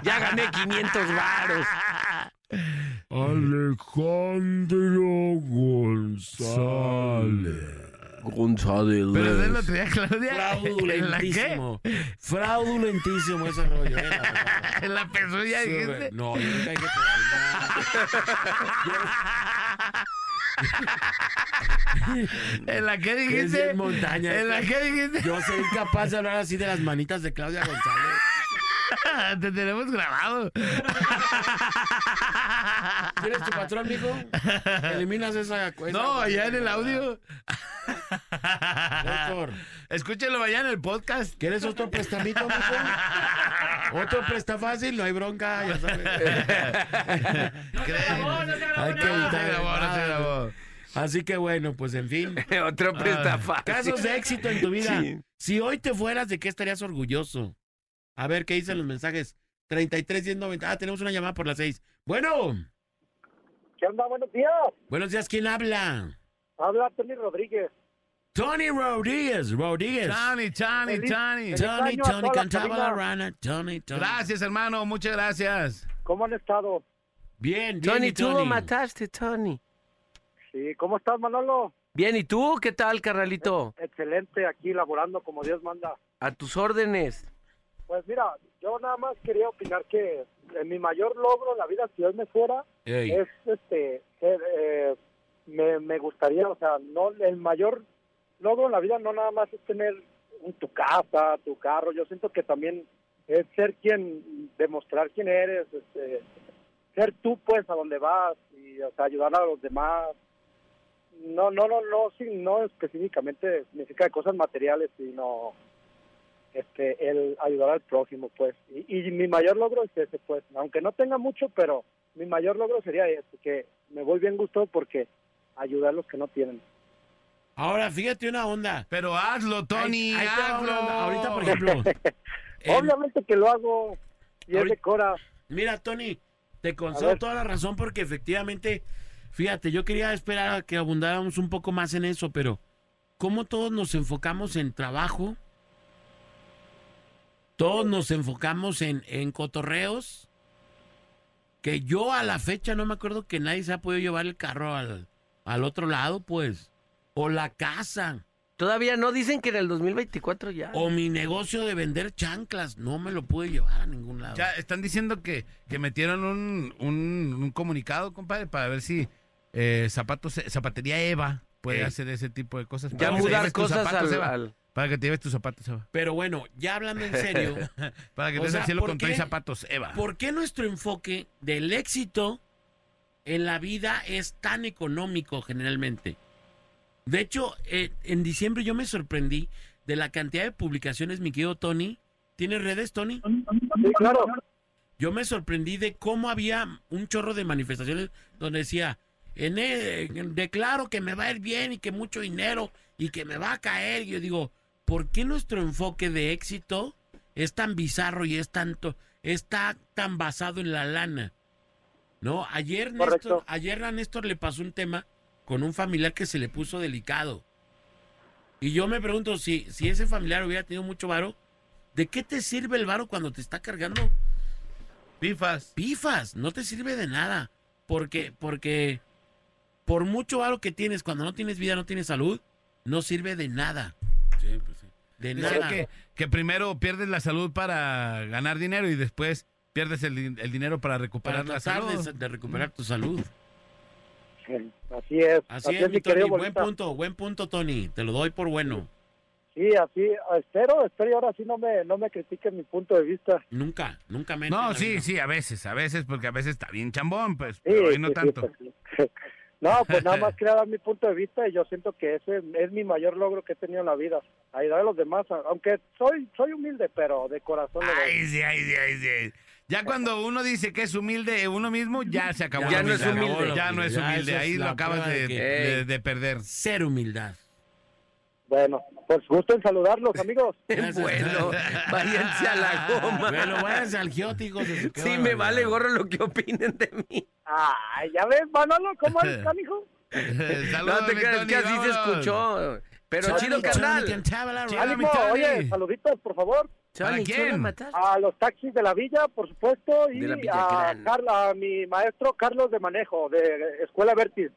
S2: Ya gané 500 varos.
S1: Alejandro González.
S4: ¿Pero en dónde lo tenía Claudia? ¿En la qué?
S1: Fraudulentísimo. Fraudulentísimo ese rollo. eh, la verdad.
S4: ¿En la pezuña
S1: Sí,
S4: dijiste?
S1: güey. No, yo nunca dije personal.
S4: ¿En la qué
S1: Yo- es
S4: dijiste?
S1: bien montaña. ¿eh?
S4: ¿En la qué dijiste?
S1: Yo soy incapaz de hablar así de las manitas de Claudia González.
S4: Te tenemos grabado.
S1: ¿Tienes tu patrón, mijo? Eliminas esa cuenta.
S4: No, allá en el audio.
S1: Doctor,
S4: Escúchelo allá en el podcast.
S1: ¿quieres otro prestamito, mijo? Otro presta fácil, no hay bronca, ya sabes. Hay que
S4: No, se
S1: evitar-
S4: grabó, no se grabó.
S1: Así que bueno, pues en fin.
S2: Otro presta fácil.
S1: Casos de éxito en tu vida.
S2: Sí.
S1: Si hoy te fueras, ¿de qué estarías orgulloso? A ver, ¿qué dicen los mensajes? 33 10 90. Ah, tenemos una llamada por las 6. Bueno,
S10: ¿Qué onda? Buenos días.
S1: buenos días, ¿quién habla?
S10: Habla Tony Rodríguez.
S1: Tony Rodríguez, Rodríguez.
S4: Chani, Chani, Chani.
S10: Feliz
S1: Tony, Tony,
S10: año a toda la
S1: cantaba la
S10: cabina.
S1: rana. Tony, Tony.
S4: Gracias, hermano. Muchas gracias.
S10: ¿Cómo han estado?
S1: Bien, bien,
S2: Tony,
S1: y
S2: tú lo mataste, Tony.
S10: Sí, ¿cómo estás, Manolo?
S2: Bien, ¿y tú qué tal, carnalito?
S10: Excelente, aquí laborando como Dios manda.
S2: A tus órdenes.
S10: Pues mira, yo nada más quería opinar que eh, mi mayor logro en la vida, si hoy me fuera,
S1: Ey.
S10: es este, ser, eh, me, me gustaría, o sea, no, el mayor logro en la vida no nada más es tener un- tu casa, tu carro, yo siento que también es ser quien, demostrar quién eres, este, ser tú pues a donde vas y, o sea, ayudar a los demás, no, no, no, no, sí, no específicamente significa cosas materiales, sino este, el ayudar al prójimo, pues. Y, y mi mayor logro es ese, pues, aunque no tenga mucho, pero mi mayor logro sería ese, que me voy bien gustoso porque ayudar a los que no tienen.
S1: Ahora, fíjate una onda.
S4: Pero hazlo, Tony,
S1: Ahí- ahí te va
S4: hazlo.
S1: una onda. Ahorita, por ejemplo. em,
S10: Obviamente que lo hago y es
S1: ahorita-
S10: de Cora.
S1: Mira, Tony, te
S10: A
S1: concedo
S10: ver.
S1: toda la razón porque efectivamente, fíjate, yo quería esperar a que abundáramos un poco más en eso, pero como todos nos enfocamos en trabajo, todos nos enfocamos en, en cotorreos, que yo a la fecha no me acuerdo que nadie se ha podido llevar el carro al, al otro lado, pues, o la casa,
S2: Todavía no dicen que en el 2024 ya.
S1: o mi negocio de vender chanclas, no me lo pude llevar a ningún lado.
S4: Ya están diciendo que, que metieron un, un- un comunicado, compadre, para ver si eh, zapatos, zapatería Eva puede
S1: Ey.
S4: hacer ese tipo de cosas.
S2: ya
S4: Para que te
S2: mudar
S4: lleves tus
S2: cosas
S4: zapatos,
S2: al,
S4: Eva.
S2: al-
S4: Para que te lleves tus zapatos, Eva.
S1: Pero bueno, ya hablando en serio.
S4: Para
S1: O
S4: que te des
S1: sea,
S4: al cielo
S1: ¿por
S4: con tres
S1: qué?
S4: zapatos, Eva.
S1: ¿Por qué nuestro enfoque del éxito en la vida es tan económico generalmente? De hecho, eh, en diciembre yo me sorprendí de la cantidad de publicaciones, mi querido Tony. ¿Tienes redes, Tony?
S10: Sí, claro.
S1: Yo me sorprendí de cómo había un chorro de manifestaciones donde decía, en eh, declaro que me va a ir bien y que mucho dinero y que me va a caer. Yo digo, ¿por qué nuestro enfoque de éxito es tan bizarro y es tanto, está tan basado en la lana? No, ayer Néstor,
S10: Correcto.
S1: ayer a Néstor le pasó un tema con un familiar que se le puso delicado. Y yo me pregunto si, si ese familiar hubiera tenido mucho varo, ¿de qué te sirve el varo cuando te está cargando
S4: Pifas.
S1: pifas, no te sirve de nada. Porque, porque por mucho varo que tienes, cuando no tienes vida, no tienes salud, no sirve de nada. pues De
S4: Dicen
S1: nada.
S4: que, que primero pierdes la salud para ganar dinero y después pierdes el, din- el dinero para
S1: para
S4: recuperar la
S1: tratar
S4: salud.
S1: de, de recuperar tu salud.
S10: Así es.
S1: Así es, mi Tony.
S10: mi querido
S1: Buen
S10: bolita.
S1: punto, buen punto, Tony. Te lo doy por bueno.
S10: Sí, así, espero, espero y ahora sí no me, no me critiquen mi punto de vista.
S1: Nunca, nunca me.
S4: No, sí, sí, a veces, a veces, porque a veces está bien chambón, pues,
S10: Sí,
S4: pero hoy no
S10: sí, sí,
S4: tanto.
S10: pues, no, pues nada más quería dar mi punto de vista y yo siento que ese es mi mayor logro que he tenido en la vida, ayudar a los demás, a- aunque soy soy humilde, pero de corazón lo doy.
S4: Ay, sí, ay, sí, ay, sí. Ya cuando uno dice que es humilde uno mismo, ya se acabó.
S2: Ya
S4: la
S2: no es
S4: humildad.
S2: humilde.
S4: Ya no es
S1: Ya
S4: humilde.
S1: eso es
S4: Ahí lo
S1: la
S4: acabas
S1: prueba
S4: de,
S1: de que-
S4: de- de perder.
S1: Ser humildad.
S10: Bueno, pues gusto en saludarlos, amigos.
S1: Gracias.
S2: Bueno, váyanse a la goma.
S1: Bueno, váyanse al giote, hijos de su- qué
S2: Sí, me
S1: barbaridad.
S2: vale gorro lo que opinen de mí.
S10: Ay, ya ves, Manolo, ¿cómo eres, canijo?
S4: Saludos,
S2: no te creas
S4: Tony,
S2: que así se
S4: vámonos.
S2: escuchó. Pero
S1: Tony,
S2: chido,
S1: Tony,
S2: carnal.
S1: can travel around.
S4: Chido. Hola, mi
S10: Ánimo,
S4: Tony.
S10: oye, saluditos, por favor,
S4: ¿Para
S2: Tony, ¿qué
S4: quién?
S2: hora matar?
S10: a los taxis de la villa, por supuesto, y
S2: De la villa,
S10: a,
S2: gran.
S10: Carla, a mi maestro Carlos de Manejo, de Escuela Vertis.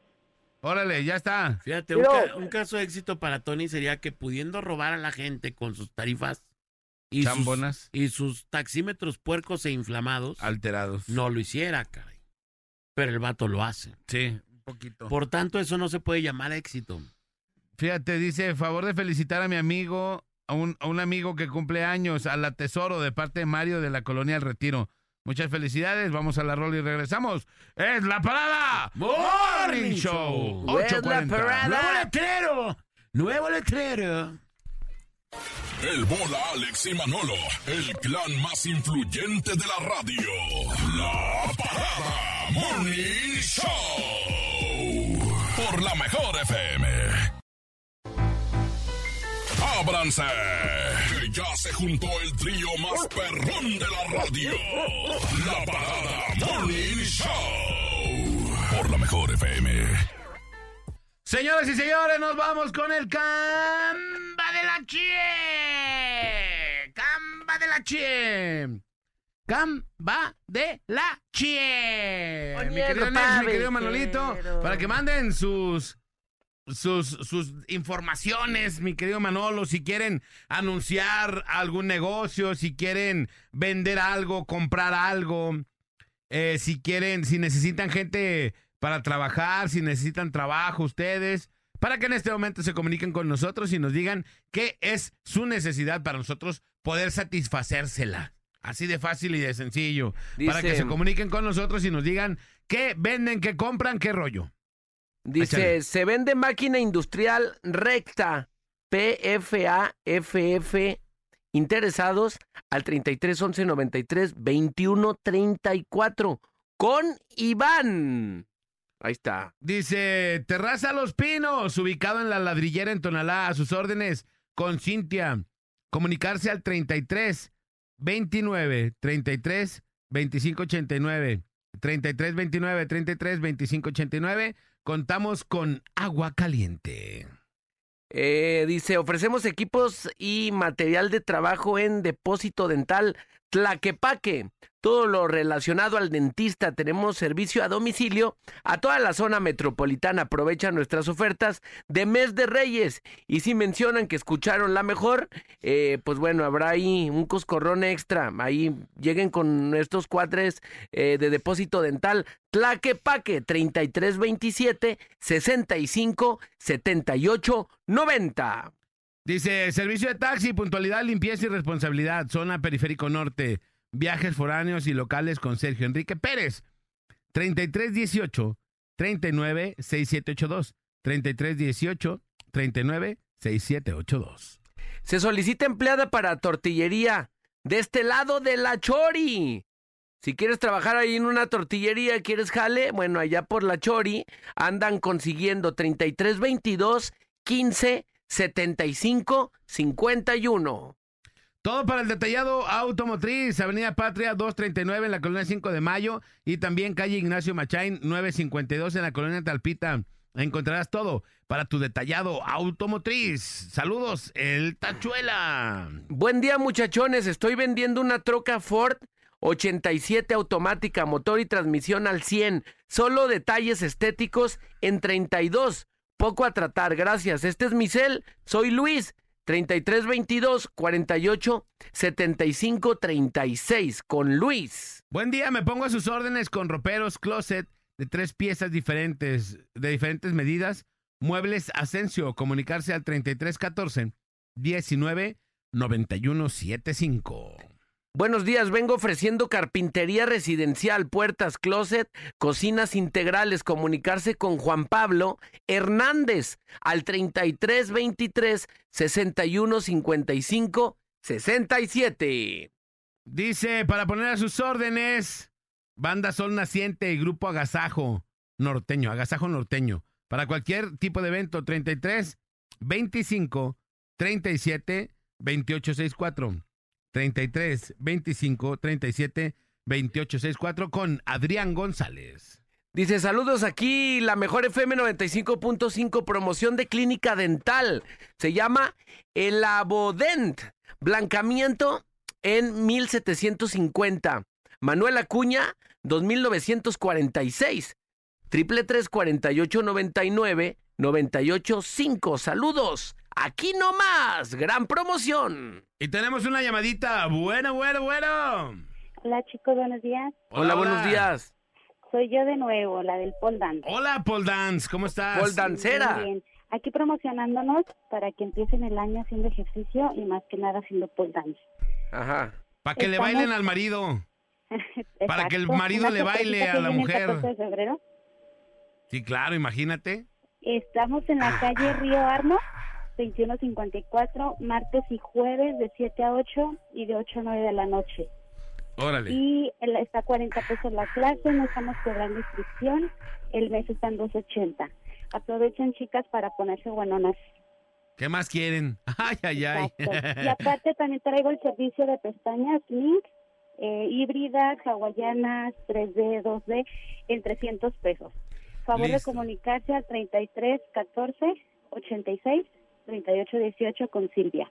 S4: Órale, ya está.
S1: Fíjate, un,
S10: Pero-
S1: ca- un caso de éxito para Tony sería que pudiendo robar a la gente con sus tarifas y, sus,
S4: Chambonas
S1: y sus taxímetros puercos e inflamados,
S4: alterados.
S1: no lo hiciera, caray. Pero el vato lo hace.
S4: Sí, un poquito.
S1: Por tanto, eso no se puede llamar éxito.
S4: Fíjate, dice, favor de felicitar a mi amigo, a un, a un amigo que cumple años, a la Tesoro, de parte de Mario de la Colonia El Retiro. Muchas felicidades, vamos a la rola y regresamos. ¡Es la parada!
S1: Morning
S4: ¡Morning
S1: Show.
S4: Show!
S2: ¡Es la
S4: 8:40.
S2: parada!
S1: ¡Nuevo letrero! ¡Nuevo letrero!
S6: El Bola, Alex y Manolo, el clan más influyente de la radio. La Parada Morning Show. Por la mejor FM. ¡Ábranse! Que ya se juntó el trío más perrón de la radio. La Parada Morning Show. Por la mejor FM.
S4: Señoras y señores, nos vamos con el Camba de la Chie. Camba Eh, de la Chie. Camba de la Chie. Mi
S2: Oñero,
S4: querido Nelson,
S2: pa,
S4: mi querido Manolito,
S2: vejero.
S4: para que manden sus, sus, sus informaciones, mi querido Manolo, si quieren anunciar algún negocio, si quieren vender algo, comprar algo, eh, si quieren, si necesitan gente para trabajar, si necesitan trabajo ustedes, para que en este momento se comuniquen con nosotros y nos digan qué es su necesidad para nosotros poder satisfacérsela. Así de fácil y de sencillo. para que
S2: Dice-
S4: se comuniquen con nosotros y nos digan qué venden, qué compran, qué rollo.
S2: Dice,
S1: Échale.
S2: se vende máquina industrial recta PFAFF interesados al 33 11 93 21 34 con Iván. Ahí está.
S1: Dice, Terraza Los Pinos, ubicado en la ladrillera en Tonalá, a sus órdenes, con Cintia. Comunicarse al 33 29 33 25 89. 33 29 33 25 89. Contamos con agua caliente.
S2: Eh, dice, ofrecemos equipos y material de trabajo en depósito dental Tlaquepaque. Todo lo relacionado al dentista. Tenemos servicio a domicilio a toda la zona metropolitana. Aprovecha nuestras ofertas de mes de Reyes. Y si mencionan que escucharon la mejor, eh, pues bueno, habrá ahí un coscorrón extra. Ahí lleguen con estos cuatres eh, de depósito dental. Tlaquepaque 3327 65 78 90.
S1: Dice, servicio de taxi, puntualidad, limpieza y responsabilidad. Zona Periférico Norte. Viajes foráneos y locales con Sergio Enrique Pérez. 3318 39 6782. 3318 39 6782.
S2: Se solicita empleada para tortillería de este lado de la Chori. Si quieres trabajar ahí en una tortillería, quieres jale, bueno, allá por la Chori andan consiguiendo 33 22 15 75 51.
S1: Todo para el detallado automotriz, Avenida Patria 239 en la colonia 5 de Mayo y también calle Ignacio Machain 952 en la colonia Talpita. Encontrarás todo para tu detallado automotriz. Saludos, el Tachuela.
S2: Buen día, muchachones. Estoy vendiendo una troca Ford 87 automática, motor y transmisión al 100. Solo detalles estéticos en 32. Poco a tratar, gracias. Este es mi cel. Soy Luis. 33 22 48 75 36 con Luis.
S1: Buen día, me pongo a sus órdenes con roperos, closet de tres piezas diferentes, de diferentes medidas, muebles Asensio, comunicarse al 3314 19 9175.
S2: Buenos días, vengo ofreciendo carpintería residencial, puertas, closet, cocinas integrales. Comunicarse con Juan Pablo Hernández al 33 23 61 55 67.
S1: Dice, para poner a sus órdenes, Banda Sol Naciente y Grupo Agasajo Norteño, Agasajo Norteño. Para cualquier tipo de evento, 33 25 37 28 64. 33 25 37 28 64 con Adrián González.
S2: Dice, saludos aquí, la mejor FM 95.5, promoción de clínica dental. Se llama Elabodent, blancamiento en 1750. Manuel Acuña, 2946. Triple tres cuarenta y ocho noventa y nueve noventa y ocho cinco. Saludos. Aquí nomás. Gran promoción.
S1: Y tenemos una llamadita. Bueno, bueno, bueno.
S11: Hola chicos, buenos días.
S2: Hola, buenos días.
S11: Soy yo de nuevo, la del pole dance.
S1: Hola, Paul Dance. ¿Cómo estás?
S2: Paul Dancera.
S11: Muy bien. Aquí promocionándonos para que empiecen el año haciendo ejercicio y más que nada haciendo pole dance.
S2: Ajá.
S1: Para que le
S11: Estamos-
S1: bailen al marido. Para que el marido le baile
S11: sorpresita
S1: a
S11: que
S1: la
S11: viene el
S1: mujer.
S11: 14 de febrero.
S1: Sí, claro, imagínate.
S11: Estamos en
S1: Ah.
S11: la calle Río Arno, 2154, martes y jueves de 7 a 8 y de 8 a 9 de la noche.
S1: Órale.
S11: Y el- está 40 pesos la clase, no estamos cobrando inscripción, el mes está en 280. Aprovechen chicas para ponerse guanonas.
S1: ¿Qué más quieren? Ay, ay, ay.
S11: Exacto. Y aparte también traigo el servicio de pestañas Link, eh, híbridas, hawaianas, 3D, 2D, en 300 pesos. Favor de
S1: Listo.
S11: comunicarse al 33 14 86 38 18 con Silvia.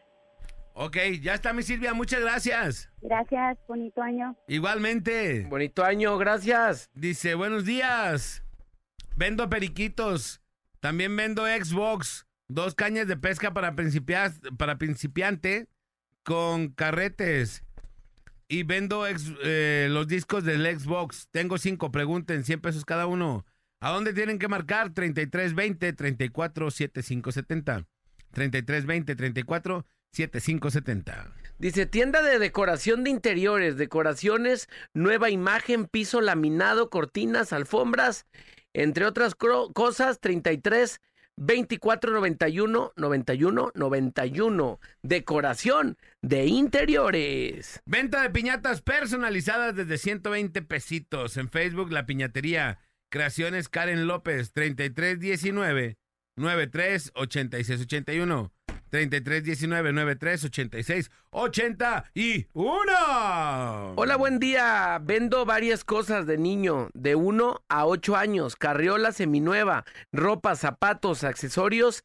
S1: Ok, ya está mi Silvia, muchas gracias.
S11: Gracias, bonito año.
S1: Igualmente.
S2: Bonito año, gracias.
S1: Dice, buenos días. Vendo periquitos. También vendo Xbox. Dos cañas de pesca para, principias- para principiante con carretes. Y vendo ex- eh, los discos del Xbox. Tengo cinco, pregunten, 100 pesos cada uno. ¿A dónde tienen que marcar? 3320 347570. 3320 347570.
S2: Dice, tienda de decoración de interiores, decoraciones, nueva imagen, piso laminado, cortinas, alfombras Entre otras cro- cosas, 33 24 91 91 91. Decoración de interiores.
S1: Venta de piñatas personalizadas desde 120 pesitos. En Facebook, La Piñatería. Creaciones Karen López, 3319 93 86 81. 3319 93 86 81.
S2: Hola, buen día. Vendo varias cosas de niño, de 1 a 8 años, carriola seminueva, ropa, zapatos, accesorios,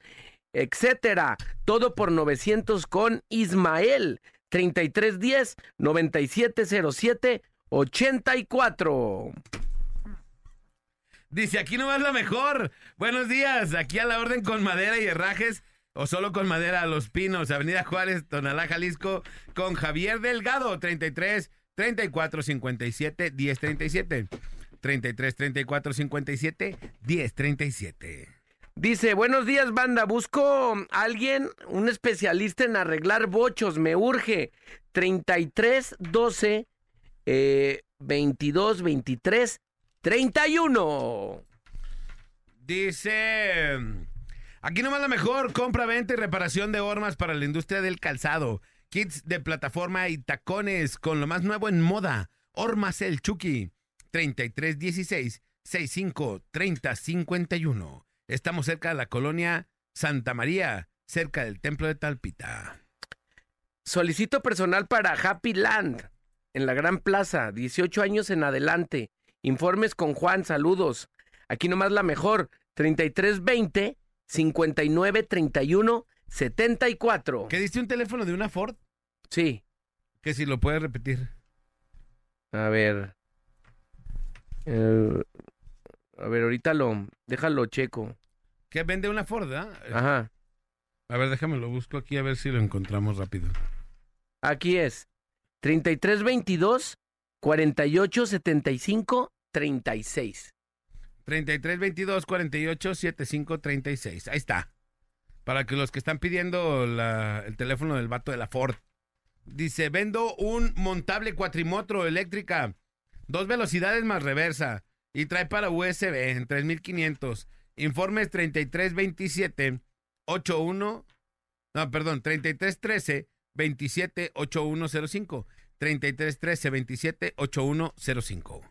S2: etcétera. Todo por 900 con Ismael. 3310 9707 84.
S1: Dice, aquí no es la mejor. Buenos días, aquí a la orden con madera y herrajes o solo con madera a los pinos. Avenida Juárez, Tonalá, Jalisco, con Javier Delgado, 33 34 57 10 37. 33 34 57 10 37.
S2: Dice, buenos días, banda. Busco alguien, un especialista en arreglar bochos. Me urge. 33 12 eh, 22 23 31.
S1: Dice, aquí nomás la mejor compra, venta y reparación de hormas para la industria del calzado. Kits de plataforma y tacones con lo más nuevo en moda. Hormas El Chucky, 3316 65 30 51. Estamos cerca de la colonia Santa María, cerca del templo de Talpita.
S2: Solicito personal para Happy Land en la Gran Plaza, 18 años en adelante. Informes con Juan, saludos. Aquí nomás la mejor, 3320 5931 74.
S1: ¿Que diste un teléfono de una Ford?
S2: Sí,
S1: Que si lo puedes repetir.
S2: a ver. Eh, a ver, ahorita lo déjalo checo.
S1: Que vende una Ford, ¿verdad?
S2: Ajá,
S1: A ver, déjame lo busco aquí a ver si lo encontramos rápido.
S2: aquí es. 3322 4875 36.
S1: 33 22 48 75 36. Ahí está. Para que los que están pidiendo la- el teléfono del vato de la Ford. Dice, vendo un montable cuatrimotro eléctrica. Dos velocidades más reversa. Y trae para USB en 3500. Informes 33 27 81. No, perdón, 33 13 27 8105. 33 13 27 8105.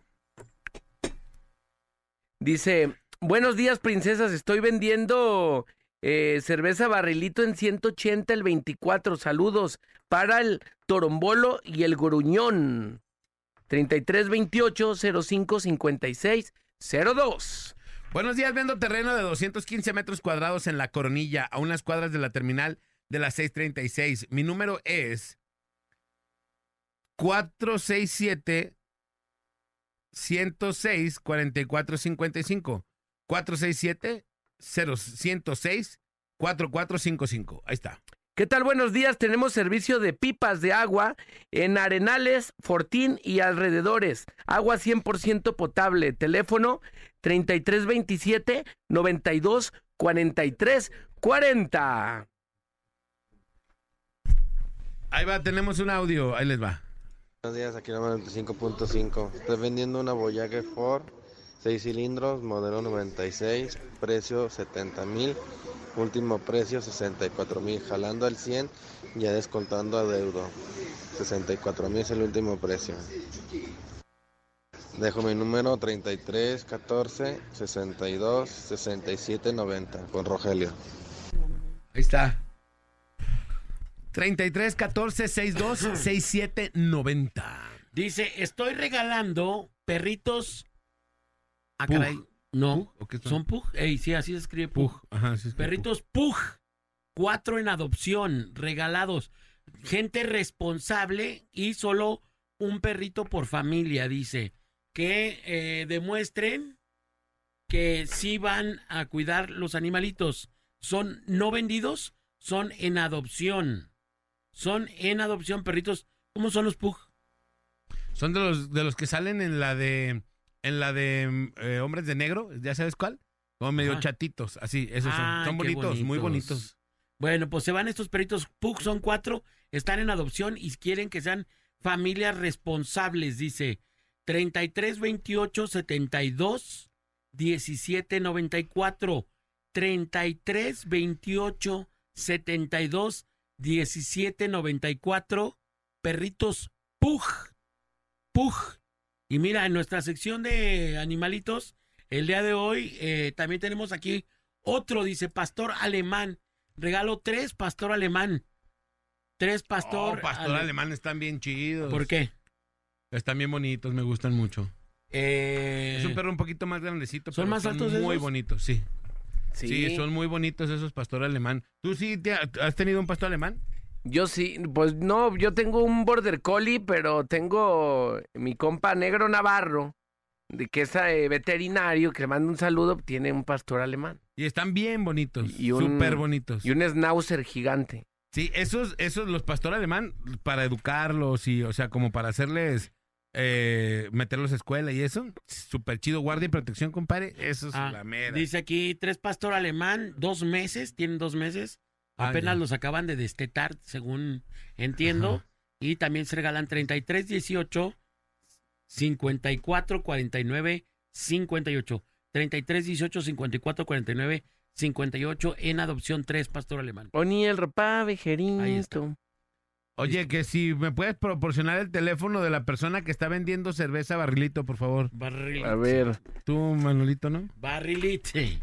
S2: Dice, buenos días, princesas. Estoy vendiendo eh, cerveza barrilito en 180 el 24. Saludos para el Torombolo y el Gruñón. 3328-0556-02.
S1: Buenos días, vendo terreno de 215 metros cuadrados en La Coronilla, a unas cuadras de la terminal de la 636. Mi número es 467 106 4455. 467 106 4455. Ahí está.
S2: ¿Qué tal? Buenos días. Tenemos servicio de pipas de agua en Arenales, Fortín y alrededores. Agua 100% potable. Teléfono 3327 92 43 40.
S1: Ahí va, tenemos un audio. Ahí les va.
S12: Buenos días, aquí la 95.5. Estoy vendiendo una Voyager Ford, 6 cilindros, modelo 96, precio 70 mil, último precio 64 mil, jalando al 100, ya descontando adeudo. 64 mil es el último precio. Dejo mi número 33 14 62 67 90 con Rogelio.
S1: Ahí está. 33 14 62 67 90.
S13: Dice, estoy regalando perritos. Ah,
S1: Pug.
S13: caray. No,
S1: ¿O qué
S13: son pug. Ey, sí, así se escribe pug.
S1: Ajá, sí, es que
S13: Perritos pug. Cuatro en adopción, regalados. Gente responsable y solo un perrito por familia, dice. Que eh, demuestren que sí van a cuidar los animalitos. Son no vendidos, son en adopción. Son en adopción perritos. ¿Cómo son los pug?
S1: Son de los de los que salen en la de en la de mm, eh, hombres de negro, ya sabes cuál, como medio
S13: Ajá.
S1: chatitos, así, esos son,
S13: Ay,
S1: son
S13: Ah, qué
S1: bonitos, muy bonitos.
S13: Bueno, pues se van estos perritos. Pug son cuatro, están en adopción y quieren que sean familias responsables, dice. 33 28 72 1794 33 28 72 1794 Perritos Pug. Pug. Y mira, en nuestra sección de animalitos, el día de hoy eh, también tenemos aquí otro, dice Pastor Alemán. Regalo tres Pastor Alemán. Tres Pastor.
S1: Oh, pastor
S13: Ale-
S1: alemán están bien chidos.
S13: ¿Por qué?
S1: Están bien bonitos, me gustan mucho.
S13: Eh,
S1: Es un perro un poquito más grandecito.
S13: ¿Son
S1: pero
S13: más altos
S1: Muy
S13: esos?
S1: bonitos, sí.
S2: Sí.
S1: sí. son muy bonitos esos pastor alemán. ¿Tú sí te- has tenido un pastor alemán?
S2: Yo sí, pues no, yo tengo un border collie, pero tengo mi compa negro Navarro, de que es eh, veterinario, que le mando un saludo, tiene un pastor alemán.
S1: Y están bien bonitos.
S2: Y un-
S1: Súper bonitos.
S2: Y un schnauzer gigante.
S1: Sí, esos, esos, los pastor alemán, para educarlos y, o sea, como para hacerles, eh, meterlos a escuela y eso, súper chido. Guardia y protección, compadre, eso es
S13: Ah,
S1: la mera.
S13: Dice aquí, tres pastor alemán, dos meses, tienen dos meses.
S1: Ah,
S13: Apenas
S1: ya.
S13: los acaban de destetar, según entiendo. Y también se regalan 33, 18, 54, 49, 58. 33, 18, 54, 49, 58 en adopción tres pastor alemán.
S2: Ponía el ropa vejerito.
S1: Oye, que si me puedes proporcionar el teléfono de la persona que está vendiendo cerveza barrilito, por favor.
S13: Barrilito.
S2: A ver.
S1: Tú, Manolito, ¿no?
S13: Barrilite.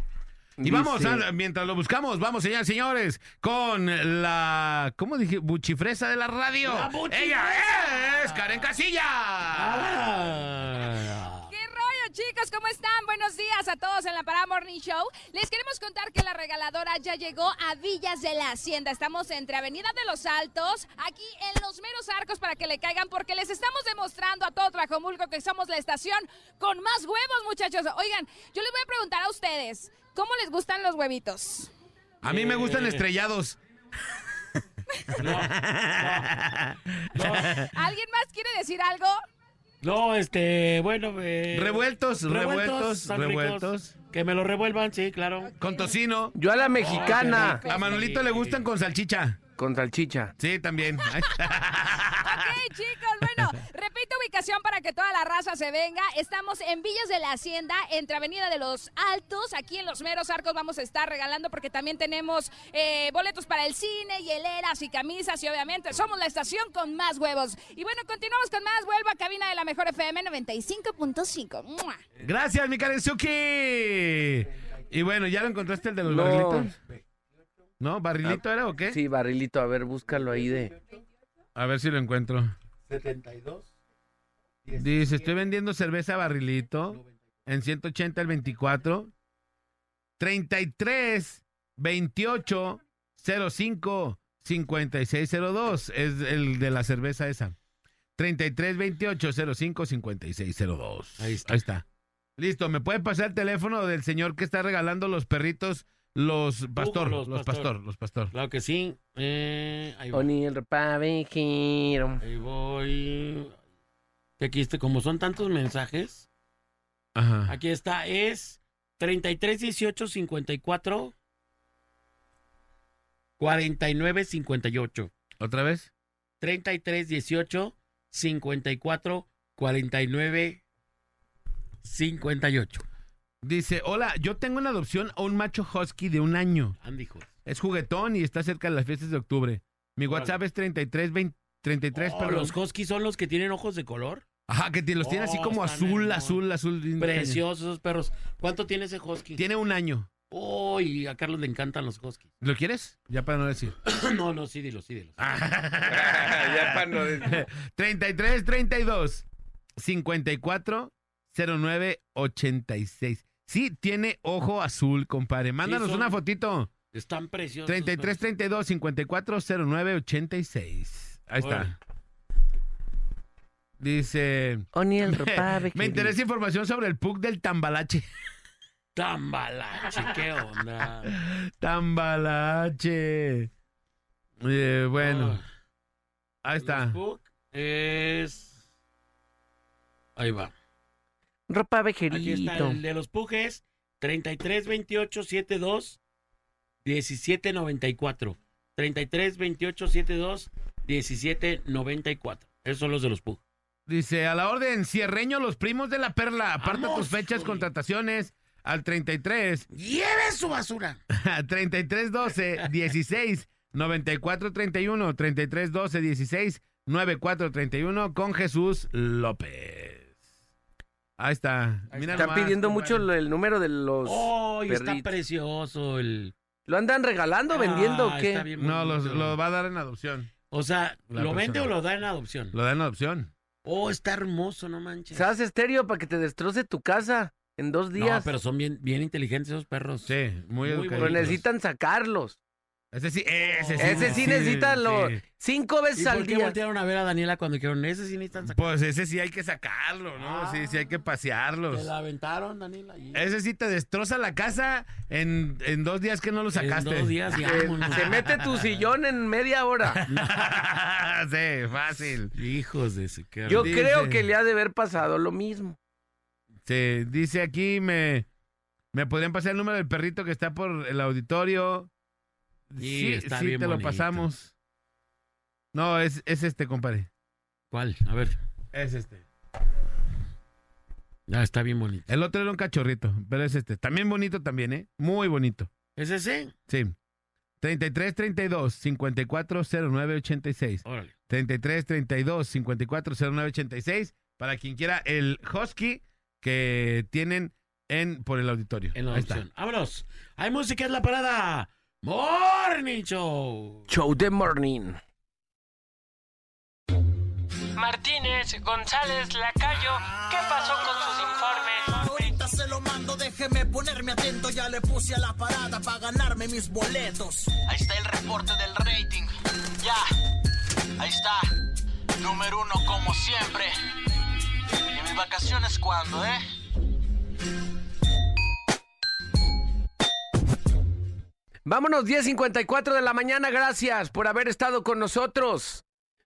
S1: Y vamos, a- mientras lo buscamos, vamos, señores, señores, con la, ¿cómo dije? Buchifresa de la radio.
S13: La buchifresa.
S1: Ella es Karen Casilla.
S13: Ah,
S14: ¿Qué rollo, chicos? ¿Cómo están? Buenos días a todos en la Parada Morning Show. Les queremos contar que la regaladora ya llegó a Villas de la Hacienda. Estamos entre Avenida de los Altos, aquí en los meros arcos para que le caigan, porque les estamos demostrando a todo Trajomulco que somos la estación con más huevos, muchachos. Oigan, yo les voy a preguntar a ustedes, ¿cómo les gustan los huevitos?
S1: A mí
S2: Eh.
S1: me gustan estrellados.
S14: ¿Alguien más quiere decir algo?
S13: No, este, bueno. eh,
S1: Revueltos, revueltos,
S13: están ricos.
S1: revueltos.
S13: Que me lo revuelvan, sí, claro.
S1: Con tocino.
S2: Yo a la mexicana.
S1: Oh, a Manolito le gustan con salchicha.
S2: Con salchicha.
S1: Sí, también. Ay.
S14: Ok, chicos, bueno, repito ubicación para que toda la raza se venga. Estamos en Villas de la Hacienda, entre Avenida de los Altos. Aquí en los meros arcos vamos a estar regalando porque también tenemos eh, boletos para el cine, hieleras y camisas. Y obviamente somos la estación con más huevos. Y bueno, continuamos con más. Vuelvo a cabina de la mejor FM 95.5. ¡Mua!
S1: Gracias, mi Karen Suki. Y bueno, ¿ya lo encontraste el de los
S2: No.
S1: barrilitos? ¿No? ¿Barrilito era o qué?
S2: Sí, barrilito, a ver, búscalo ahí de.
S1: A ver si lo encuentro.
S13: 72. Este,
S1: Dice, estoy vendiendo cerveza barrilito en 180 al 24. 33 28 05 5602 es el de la cerveza esa. 33 28 05 5602. Ahí está. Ahí está. Listo, ¿me puede pasar el teléfono del señor que está regalando los perritos, los pastor,
S13: los
S1: los,
S13: pastor.
S1: pastor. los pastor?
S13: Claro que sí. Eh, ahí voy.
S2: Ponía el ropa vejero.
S13: Ahí voy. Que aquí este, como son tantos mensajes. Aquí está, es 33 18 54 49 58.
S1: ¿Otra vez?
S13: 33 18 54 49 58.
S1: Dice, hola, yo tengo en adopción a un macho husky de un año.
S13: Andy Hood.
S1: Es juguetón y está cerca de las fiestas de octubre. Mi
S13: Órale.
S1: WhatsApp es 33, 20 33,
S13: Oh,
S1: perdón.
S13: los huskies son los que tienen ojos de color.
S1: Ajá, que te- los tiene así
S13: Oh,
S1: como
S13: están
S1: azul,
S13: hermosos.
S1: azul, azul. bien
S13: Preciosos esos perros. ¿Cuánto tiene ese husky?
S1: cañón. Tiene un año.
S13: Uy, a Carlos le encantan los huskies.
S1: ¿Lo quieres? Ya para no decir.
S13: no, no, sí, dilo, sí, dilo.
S1: ya para no decir. 33, 32, 54, 09, 86. Sí, tiene ojo azul, compadre. Mándanos
S13: son-
S1: una fotito.
S13: Están preciosos.
S1: 33, 32, 54, 09, 86. Ahí
S13: Órale.
S1: está. Dice.
S2: el ropabe,
S1: Me interesa información sobre el PUC del Tambalache.
S13: Tambalache, ¿qué onda?
S1: Tambalache. Eh, bueno. Ahí está.
S13: Facebook es. Ahí va.
S2: Ropa
S13: Aquí está
S2: vejerito.
S13: el de los pujes. 33 28 72 17 94. 33 28 72 17 94. Esos son los de los pujes.
S1: Dice, a la orden, cierreño, los primos de la perla. Aparta
S13: Vamos,
S1: tus fechas,
S13: Zuli.
S1: contrataciones.
S15: al 33.
S1: ¡Lleve su basura!
S15: 33 12 16 94 31 33 12 16 94 31 con Jesús López. Ahí está.
S2: Mira Están nomás, pidiendo mucho
S15: compadre.
S2: el número de los
S1: ¡Oh, y está
S2: perritos.
S1: precioso el...
S2: ¿Lo andan regalando, vendiendo
S1: Ah,
S2: o qué?
S1: está bien
S15: No, los-
S1: bonito.
S15: lo va a dar en adopción.
S1: O sea,
S15: La
S1: ¿lo vende
S15: persona.
S1: o lo da en adopción?
S15: Lo da en adopción.
S1: Oh, está hermoso, no manches.
S2: ¿Sabes estéreo para que te destroce tu casa en dos
S1: No,
S2: días?
S1: pero son bien, bien inteligentes esos perros.
S15: Sí, muy,
S1: Muy
S15: educaditos.
S2: Pero necesitan sacarlos.
S15: Ese sí, ese sí.
S2: Ese sí necesitan los
S15: sí.
S2: cinco
S1: ¿Y
S2: veces
S1: por
S2: al
S1: qué
S2: día.
S1: voltearon a ver a Daniela cuando dijeron, ese sí necesitan sacar?
S15: Pues ese sí hay que sacarlo, ¿no?
S1: Ah.
S15: sí, sí hay que pasearlos.
S1: Te la aventaron, Daniela. y-
S15: Ese sí te destroza la casa en, en dos días que no lo sacaste.
S1: dos días, ya.
S2: Eh, Se mete tu sillón en media hora.
S15: Ah, sí, fácil.
S1: Hijos de ese qué
S2: Yo
S15: Dice-
S2: creo que le ha de haber pasado lo mismo.
S15: Sí, dice aquí, me, me podrían pasar el número del perrito que está por el auditorio.
S1: Sí,
S15: Sí,
S1: está
S15: sí,
S1: bien
S15: te lo
S1: bonito.
S15: pasamos. No, es, es este, compadre.
S1: ¿Cuál? A ver.
S15: Es este.
S1: Ah, está bien bonito.
S15: El otro era un cachorrito, pero es este. También bonito también, ¿eh? Muy bonito.
S1: ¿Es ese?
S15: Sí. 33 32 54 09 86.
S1: Órale.
S15: 33 32 54 09 86. Para quien quiera el Husky que tienen en por el auditorio.
S1: En la
S15: Ahí está.
S1: adopción. Vámonos. Hay música en la parada. Morning Show.
S2: Show de morning.
S16: Martínez, González, Lacayo, ¿qué pasó con sus informes?
S17: Ahorita se lo mando, déjeme ponerme atento. Ya le puse a la parada para ganarme mis boletos.
S16: Ahí está el reporte del rating. Ya, ahí está. Número uno como siempre. ¿Y mis vacaciones cuándo, eh?
S2: Vámonos, 10.54 de la mañana. Gracias por haber estado con nosotros.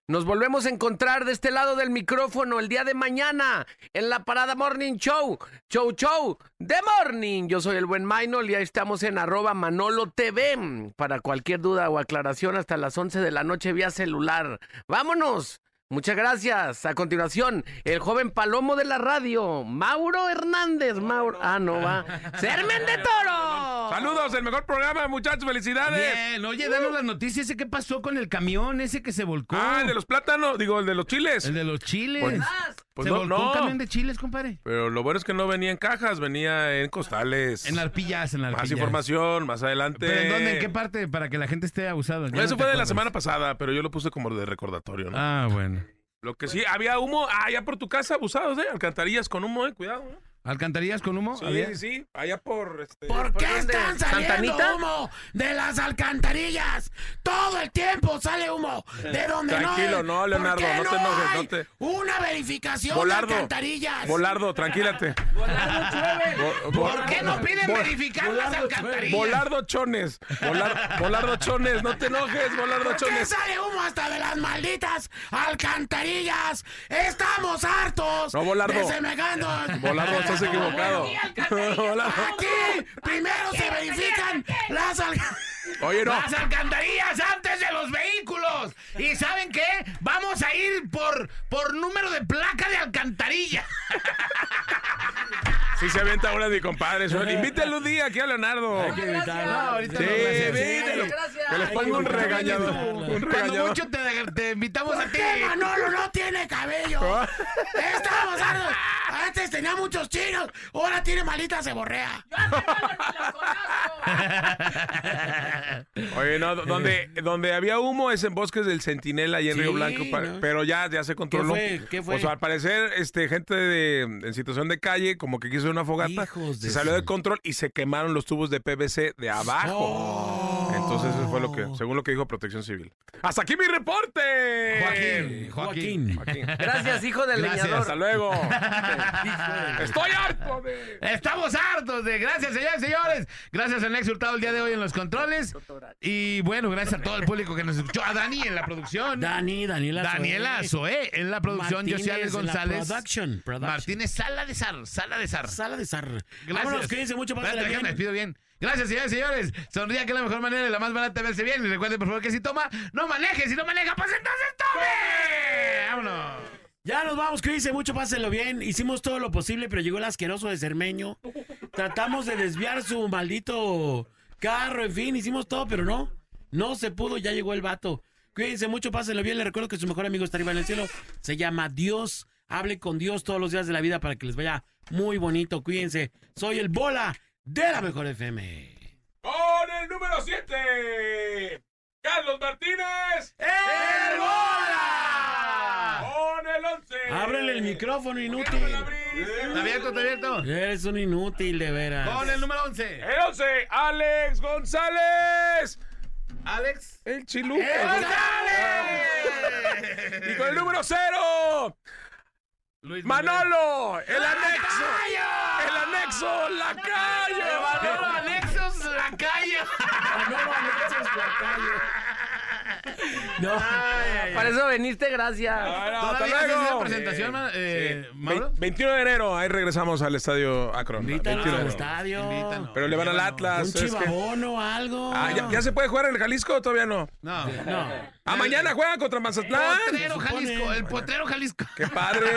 S2: Nos volvemos a encontrar de este lado del micrófono el día de mañana en la Parada Morning Show. Show, show de morning. Yo soy el buen Maynol y ahí estamos en arroba Manolo TV. Para cualquier duda o aclaración hasta las 11 de la noche vía celular. Vámonos. Muchas gracias. A continuación, el joven palomo de la radio, Mauro Hernández. Mauro. Ah, no va. Sermen de Toro.
S13: Saludos, el mejor programa, muchachos, felicidades.
S15: Bien, oye, danos las noticias. ¿Ese qué pasó con el camión ese que se volcó?
S13: Ah, el de los plátanos, digo, el de los chiles. El
S15: de los chiles.
S13: pues
S15: se
S13: no,
S15: volcó
S13: no.
S15: un camión de chiles, compadre.
S13: Pero lo bueno es que no venía en cajas, venía en costales. En
S15: arpillas, en
S13: Más
S15: arpillas.
S13: información, más adelante.
S15: ¿Pero en dónde? ¿En qué parte? Para que la gente esté abusado. Ya
S13: Eso
S15: no te
S13: fue de la
S15: acuerdas.
S13: semana pasada, pero yo lo puse como de recordatorio, ¿no?
S15: Ah, bueno.
S13: Lo
S1: pues.
S13: que sí, había humo allá por tu casa, abusados, ¿eh? Alcantarillas con humo, ¿eh? Cuidado, ¿eh?
S15: ¿Alcantarillas con humo?
S13: Sí,
S15: ¿Había?
S13: sí, sí, allá por... Este,
S1: ¿Por qué están saliendo
S13: ¿Santanita?
S1: humo de las alcantarillas? Todo el tiempo sale humo. De donde
S13: Tranquilo,
S1: no,
S13: no,
S1: es. ¿Por
S13: Leonardo,
S1: qué
S13: no te enojes,
S1: hay
S13: no te-
S1: Una verificación de
S13: Volardo,
S1: alcantarillas.
S13: Volardo, tranquilate. Bo- bo-
S1: ¿Por qué no piden
S13: bo-
S1: verificar las alcantarillas?
S13: Volardo Chones. Volar- Volardo Chones, no te enojes, Volardo
S1: ¿Por qué
S13: Chones.
S1: sale humo hasta de las malditas alcantarillas? Estamos hartos
S13: No, Volardo.
S1: de semejante...
S13: Volardo, estás equivocado. Volardo.
S1: Aquí primero se verifican las alcantarillas.
S13: Oye, no.
S4: Las alcantarillas antes de los vehículos. ¿Y saben qué? Vamos a ir por, por número de placa de alcantarilla.
S13: Sí se avienta una de mi compadre. suena. Invítalo un día aquí a Leonardo.
S4: Hay que invitarlo. No, ahorita
S13: Sí,
S4: no, gracias.
S13: invítalo.
S4: Gracias.
S13: Que les ponga un regañador. Un
S4: Cuando
S13: regañador.
S4: mucho te, te invitamos a
S1: ¿Por
S4: ti.
S1: qué Manolo no tiene cabello? Estamos hartos. Antes tenía muchos chinos, ahora tiene malita se borrea.
S13: Oye, no, donde, donde había humo es en Bosques del Centinela y en
S1: Sí,
S13: Río Blanco, pa-
S1: ¿no?
S13: pero ya, ya se controló.
S1: fue? ¿Qué fue?
S13: O sea, al parecer, este, gente de, en situación de calle, como que quiso una fogata,
S1: Hijos de
S13: se salió de control y se quemaron los tubos de PVC de abajo.
S4: Oh.
S13: Entonces, eso fue lo que, según lo que dijo Protección Civil. ¡Hasta aquí mi reporte!
S15: Joaquín, Joaquín.
S2: Gracias, hijo del
S15: Gracias.
S2: leñador.
S13: Hasta luego. Estoy harto de...
S15: Estamos hartos de gracias, señores y señores. Gracias a Nex Hurtado el día de hoy en los controles. Y bueno, gracias a todo el público que nos escuchó. A Dani en la producción.
S1: Dani, Daniela Zoe.
S15: Daniela Zoé en la producción. Yo soy Alex
S1: Martínez en la
S15: González.
S1: production, production.
S15: Martínez Sala de Sar. Sala de Sar.
S1: Sala de Sar.
S15: Gracias.
S1: Vámonos, cuídense mucho, pásenla
S15: Espérate,
S1: bien.
S15: déjame, despido bien. Gracias, señores y señores. Sonría que es la mejor manera y la más barata de verse bien. Y recuerden, por favor, que si toma, no maneje. Si no maneja, pues entonces tome. Vámonos.
S1: Ya nos vamos, cuídense mucho, pásenlo bien. Hicimos todo lo posible, pero llegó el asqueroso de Cermeño. Tratamos de desviar su maldito carro, en fin, hicimos todo, pero no. No se pudo, ya llegó el vato. Cuídense mucho, pásenlo bien. Les recuerdo que su mejor amigo está arriba en el cielo. Se llama Dios. Hable con Dios todos los días de la vida para que les vaya muy bonito. Cuídense. Soy el Bola de la Mejor FM.
S13: Con el número 7, Carlos Martínez.
S1: ¡El
S13: Bola! Con el Eh. 11.
S1: Ábrele el micrófono, inútil.
S4: ¿Está abierto, está abierto?
S1: Eres un inútil, de veras.
S4: Con el número 11.
S13: El 11, Alex González.
S4: Alex. Eh,
S13: El Chiluco.
S4: ¡El
S13: González! ¡Eh! y con el número 0.
S4: Luis
S13: Manolo, el anexo. El anexo, la calle.
S4: Manolo Anexos, la calle.
S1: Manolo Anexos, la calle. No.
S2: Para eso veniste, gracias.
S13: hasta
S4: ¿Todavía haces
S13: luego.
S4: la presentación,
S13: Sí,
S4: eh,
S13: sí.
S4: Mauro?
S13: Ve- 21 de enero, ahí regresamos al estadio Akron.
S1: Invítanos
S13: 21 de
S1: al
S13: enero.
S1: estadio.
S13: Pero le van al
S1: Un
S13: Atlas. es que-
S1: chivabono, algo.
S13: Ah, ¿ya, ya se puede jugar en el Jalisco o todavía no?
S4: No.
S1: No.
S13: Ah, mañana juegan contra Mazatlán.
S4: Potrero Jalisco, el potrero Jalisco.
S13: ¡Qué padre!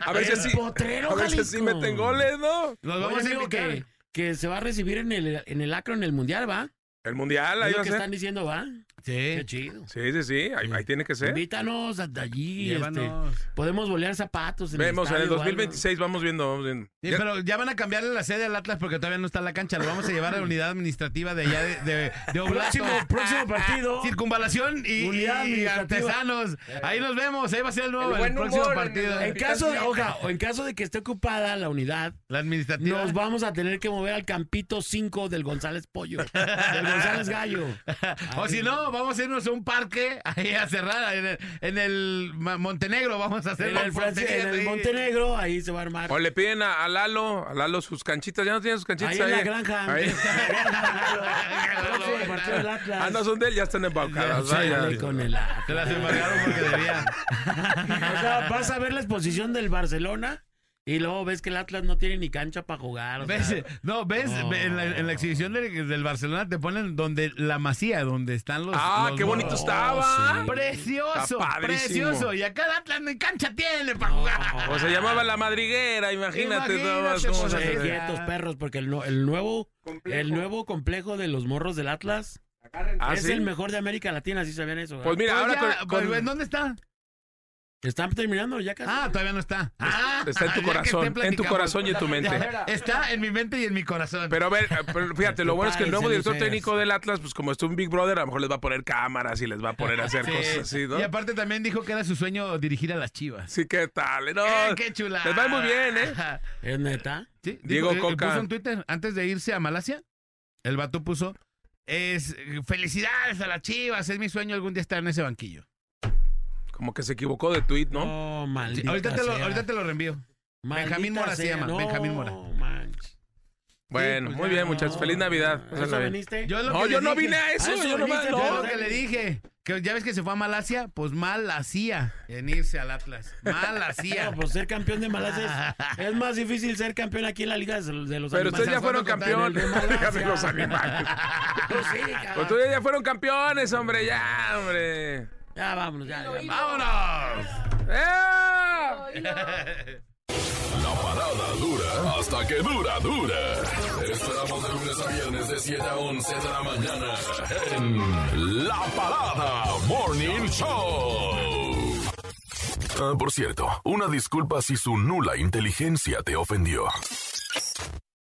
S13: A ver si
S1: El
S13: así,
S1: potrero
S13: a ver si así
S1: Jalisco.
S13: meten goles, ¿no?
S4: Nos
S1: Oye,
S4: vamos a
S1: amigo,
S4: invitar.
S1: que, que se va a recibir en el, en el acro, en el mundial, ¿va?
S13: El Mundial, ahí
S1: Es
S13: va
S1: lo
S13: a
S1: que
S13: ser.
S1: están diciendo, ¿va? Qué
S4: Sí.
S1: chido.
S13: Sí, sí, sí, ahí, ahí tiene que ser.
S1: Invítanos hasta allí. Este,
S4: Llévanos.
S1: podemos bolear zapatos. En
S13: Vemos,
S1: el
S13: en el
S1: estadio o algo.
S13: 2026 vamos viendo, vamos viendo.
S4: Sí,
S13: Ya-
S4: pero ya van a cambiarle la sede al Atlas porque todavía no está la cancha. Lo vamos a llevar a la unidad administrativa de allá de, de, de Oblato.
S1: Próximo- próximo partido.
S4: Circunvalación y,
S1: Unidad
S4: y
S1: administrativa.
S4: artesanos. Ahí nos vemos. Ahí va a ser el nuevo,
S2: El
S4: el,
S2: buen
S4: próximo
S2: humor en
S4: partido.
S2: el-
S1: En caso de, oiga, o en caso de que esté ocupada la unidad,
S4: La administrativa.
S1: nos vamos a tener que mover al campito 5 del González Pollo, del González Gallo.
S4: o si no, vamos a irnos a un parque ahí a cerrar. En el, en el Ma- Montenegro vamos a hacer
S1: En
S4: la
S1: el, Fran-
S4: portería
S1: en el
S4: ahí.
S1: Montenegro, ahí se va a armar.
S13: O le piden a, a Lalo, a Lalo sus canchitas, ya no tiene sus canchitas
S1: Ahí en la granja.
S13: Ahí.
S1: Próximo partido del Atlas.
S13: Ah, no son de él, ya están embaucadas.
S1: Sí,
S13: ah, ya.
S1: dale con el Atlas.
S4: Se las embargaron porque debían.
S1: O sea, vas a ver la exposición del Barcelona y luego ves que el Atlas no tiene ni cancha para jugar. o sea,
S4: ¿Ves? No, ves,
S1: No.
S4: Ve- en, la, en la exhibición del, del Barcelona te ponen donde la masía, donde están los.
S13: Ah,
S4: los
S13: qué bonito
S4: morros.
S1: Oh,
S13: estaba.
S4: Precioso,
S13: Está padrísimo.
S4: precioso. Y acá el Atlas ni cancha tiene para jugar.
S13: O se llamaba la madriguera, imagínate.
S4: Imagínate,
S13: nada más
S4: pues,
S13: cómo se
S1: eh,
S4: sí.
S13: hace.
S1: quietos perros, porque el, no- el nuevo el nuevo complejo de los morros del Atlas
S13: Ah,
S1: es
S13: ¿sí?
S1: el mejor de América Latina, si sabían eso. ¿verdad?
S13: Pues mira,
S4: Pues
S13: ahora
S4: ya,
S13: con-
S4: pues,
S13: con-
S4: ¿en ¿Dónde está?
S1: Están terminando ya casi.
S4: Ah, todavía no está. Ah,
S13: está en tu
S4: ya que
S13: corazón,
S4: te
S13: en tu
S4: platicamos.
S13: corazón y en tu mente.
S4: Está en mi mente y en mi corazón.
S13: Pero a ver, eh, pero fíjate,
S4: Este,
S13: lo bueno es que el nuevo
S1: Prepárense,
S13: director
S1: luceros.
S13: técnico del Atlas, pues como está un Big Brother, a lo mejor les va a poner cámaras y les va a poner a hacer
S4: Sí.
S13: cosas así, ¿no?
S4: Y aparte también dijo que era su sueño dirigir a las chivas.
S13: Sí, ¿qué tal? No,
S4: Eh, ¡Qué chula!
S13: Les va muy bien, ¿eh?
S1: ¿Es neta?
S4: Sí,
S13: Diego
S4: dijo, eh,
S13: Coca.
S4: Puso en Twitter, antes de irse a Malasia, el vato puso, es, eh, felicidades a las chivas, es mi sueño algún día estar en ese banquillo.
S13: Como que se equivocó de tweet,
S1: No,
S13: ¿no?
S4: Sí,
S1: Oh, maldita
S4: ahorita, te lo,
S1: sea.
S4: ahorita te lo reenvío.
S1: Maldita
S4: Benjamín Mora se
S1: sea,
S4: llama,
S1: no,
S4: Benjamín Mora.
S1: manches.
S13: Bueno,
S4: pues
S13: muy
S4: ya,
S13: bien, muchachos. Feliz Navidad.
S1: ¿A
S13: Pásenla
S1: ¿Eso
S13: bien.
S1: viniste?
S4: Yo es lo
S13: No,
S4: que
S13: yo
S4: les
S13: no
S4: dije.
S13: vine a eso.
S1: Ah, eso
S13: yo nomás
S1: viniste,
S13: no.
S4: Yo lo
S1: ¿verdad?
S4: que le dije, que ya ves que se fue a Malasia, pues mal hacía en irse al Atlas. Mal hacía.
S1: No, pues ser campeón de Malasia es, es más difícil ser campeón aquí en la Liga de los de los
S13: Pero ustedes
S1: Animales.
S13: ya fueron campeones.
S1: En el de Malasia.
S13: Déjame los animales.
S1: Pues sí, cabrón.
S13: Ustedes ya fueron campeones, hombre. Ya, hombre.
S1: Ya vámonos, ya. ya.
S4: ¡Vámonos!
S13: ¡Eh!
S6: La parada dura hasta que dura, dura. Te Esperamos de lunes a viernes de 7 a 11 de la mañana en La Parada Morning Show. Ah, por cierto, una disculpa si su nula inteligencia te ofendió.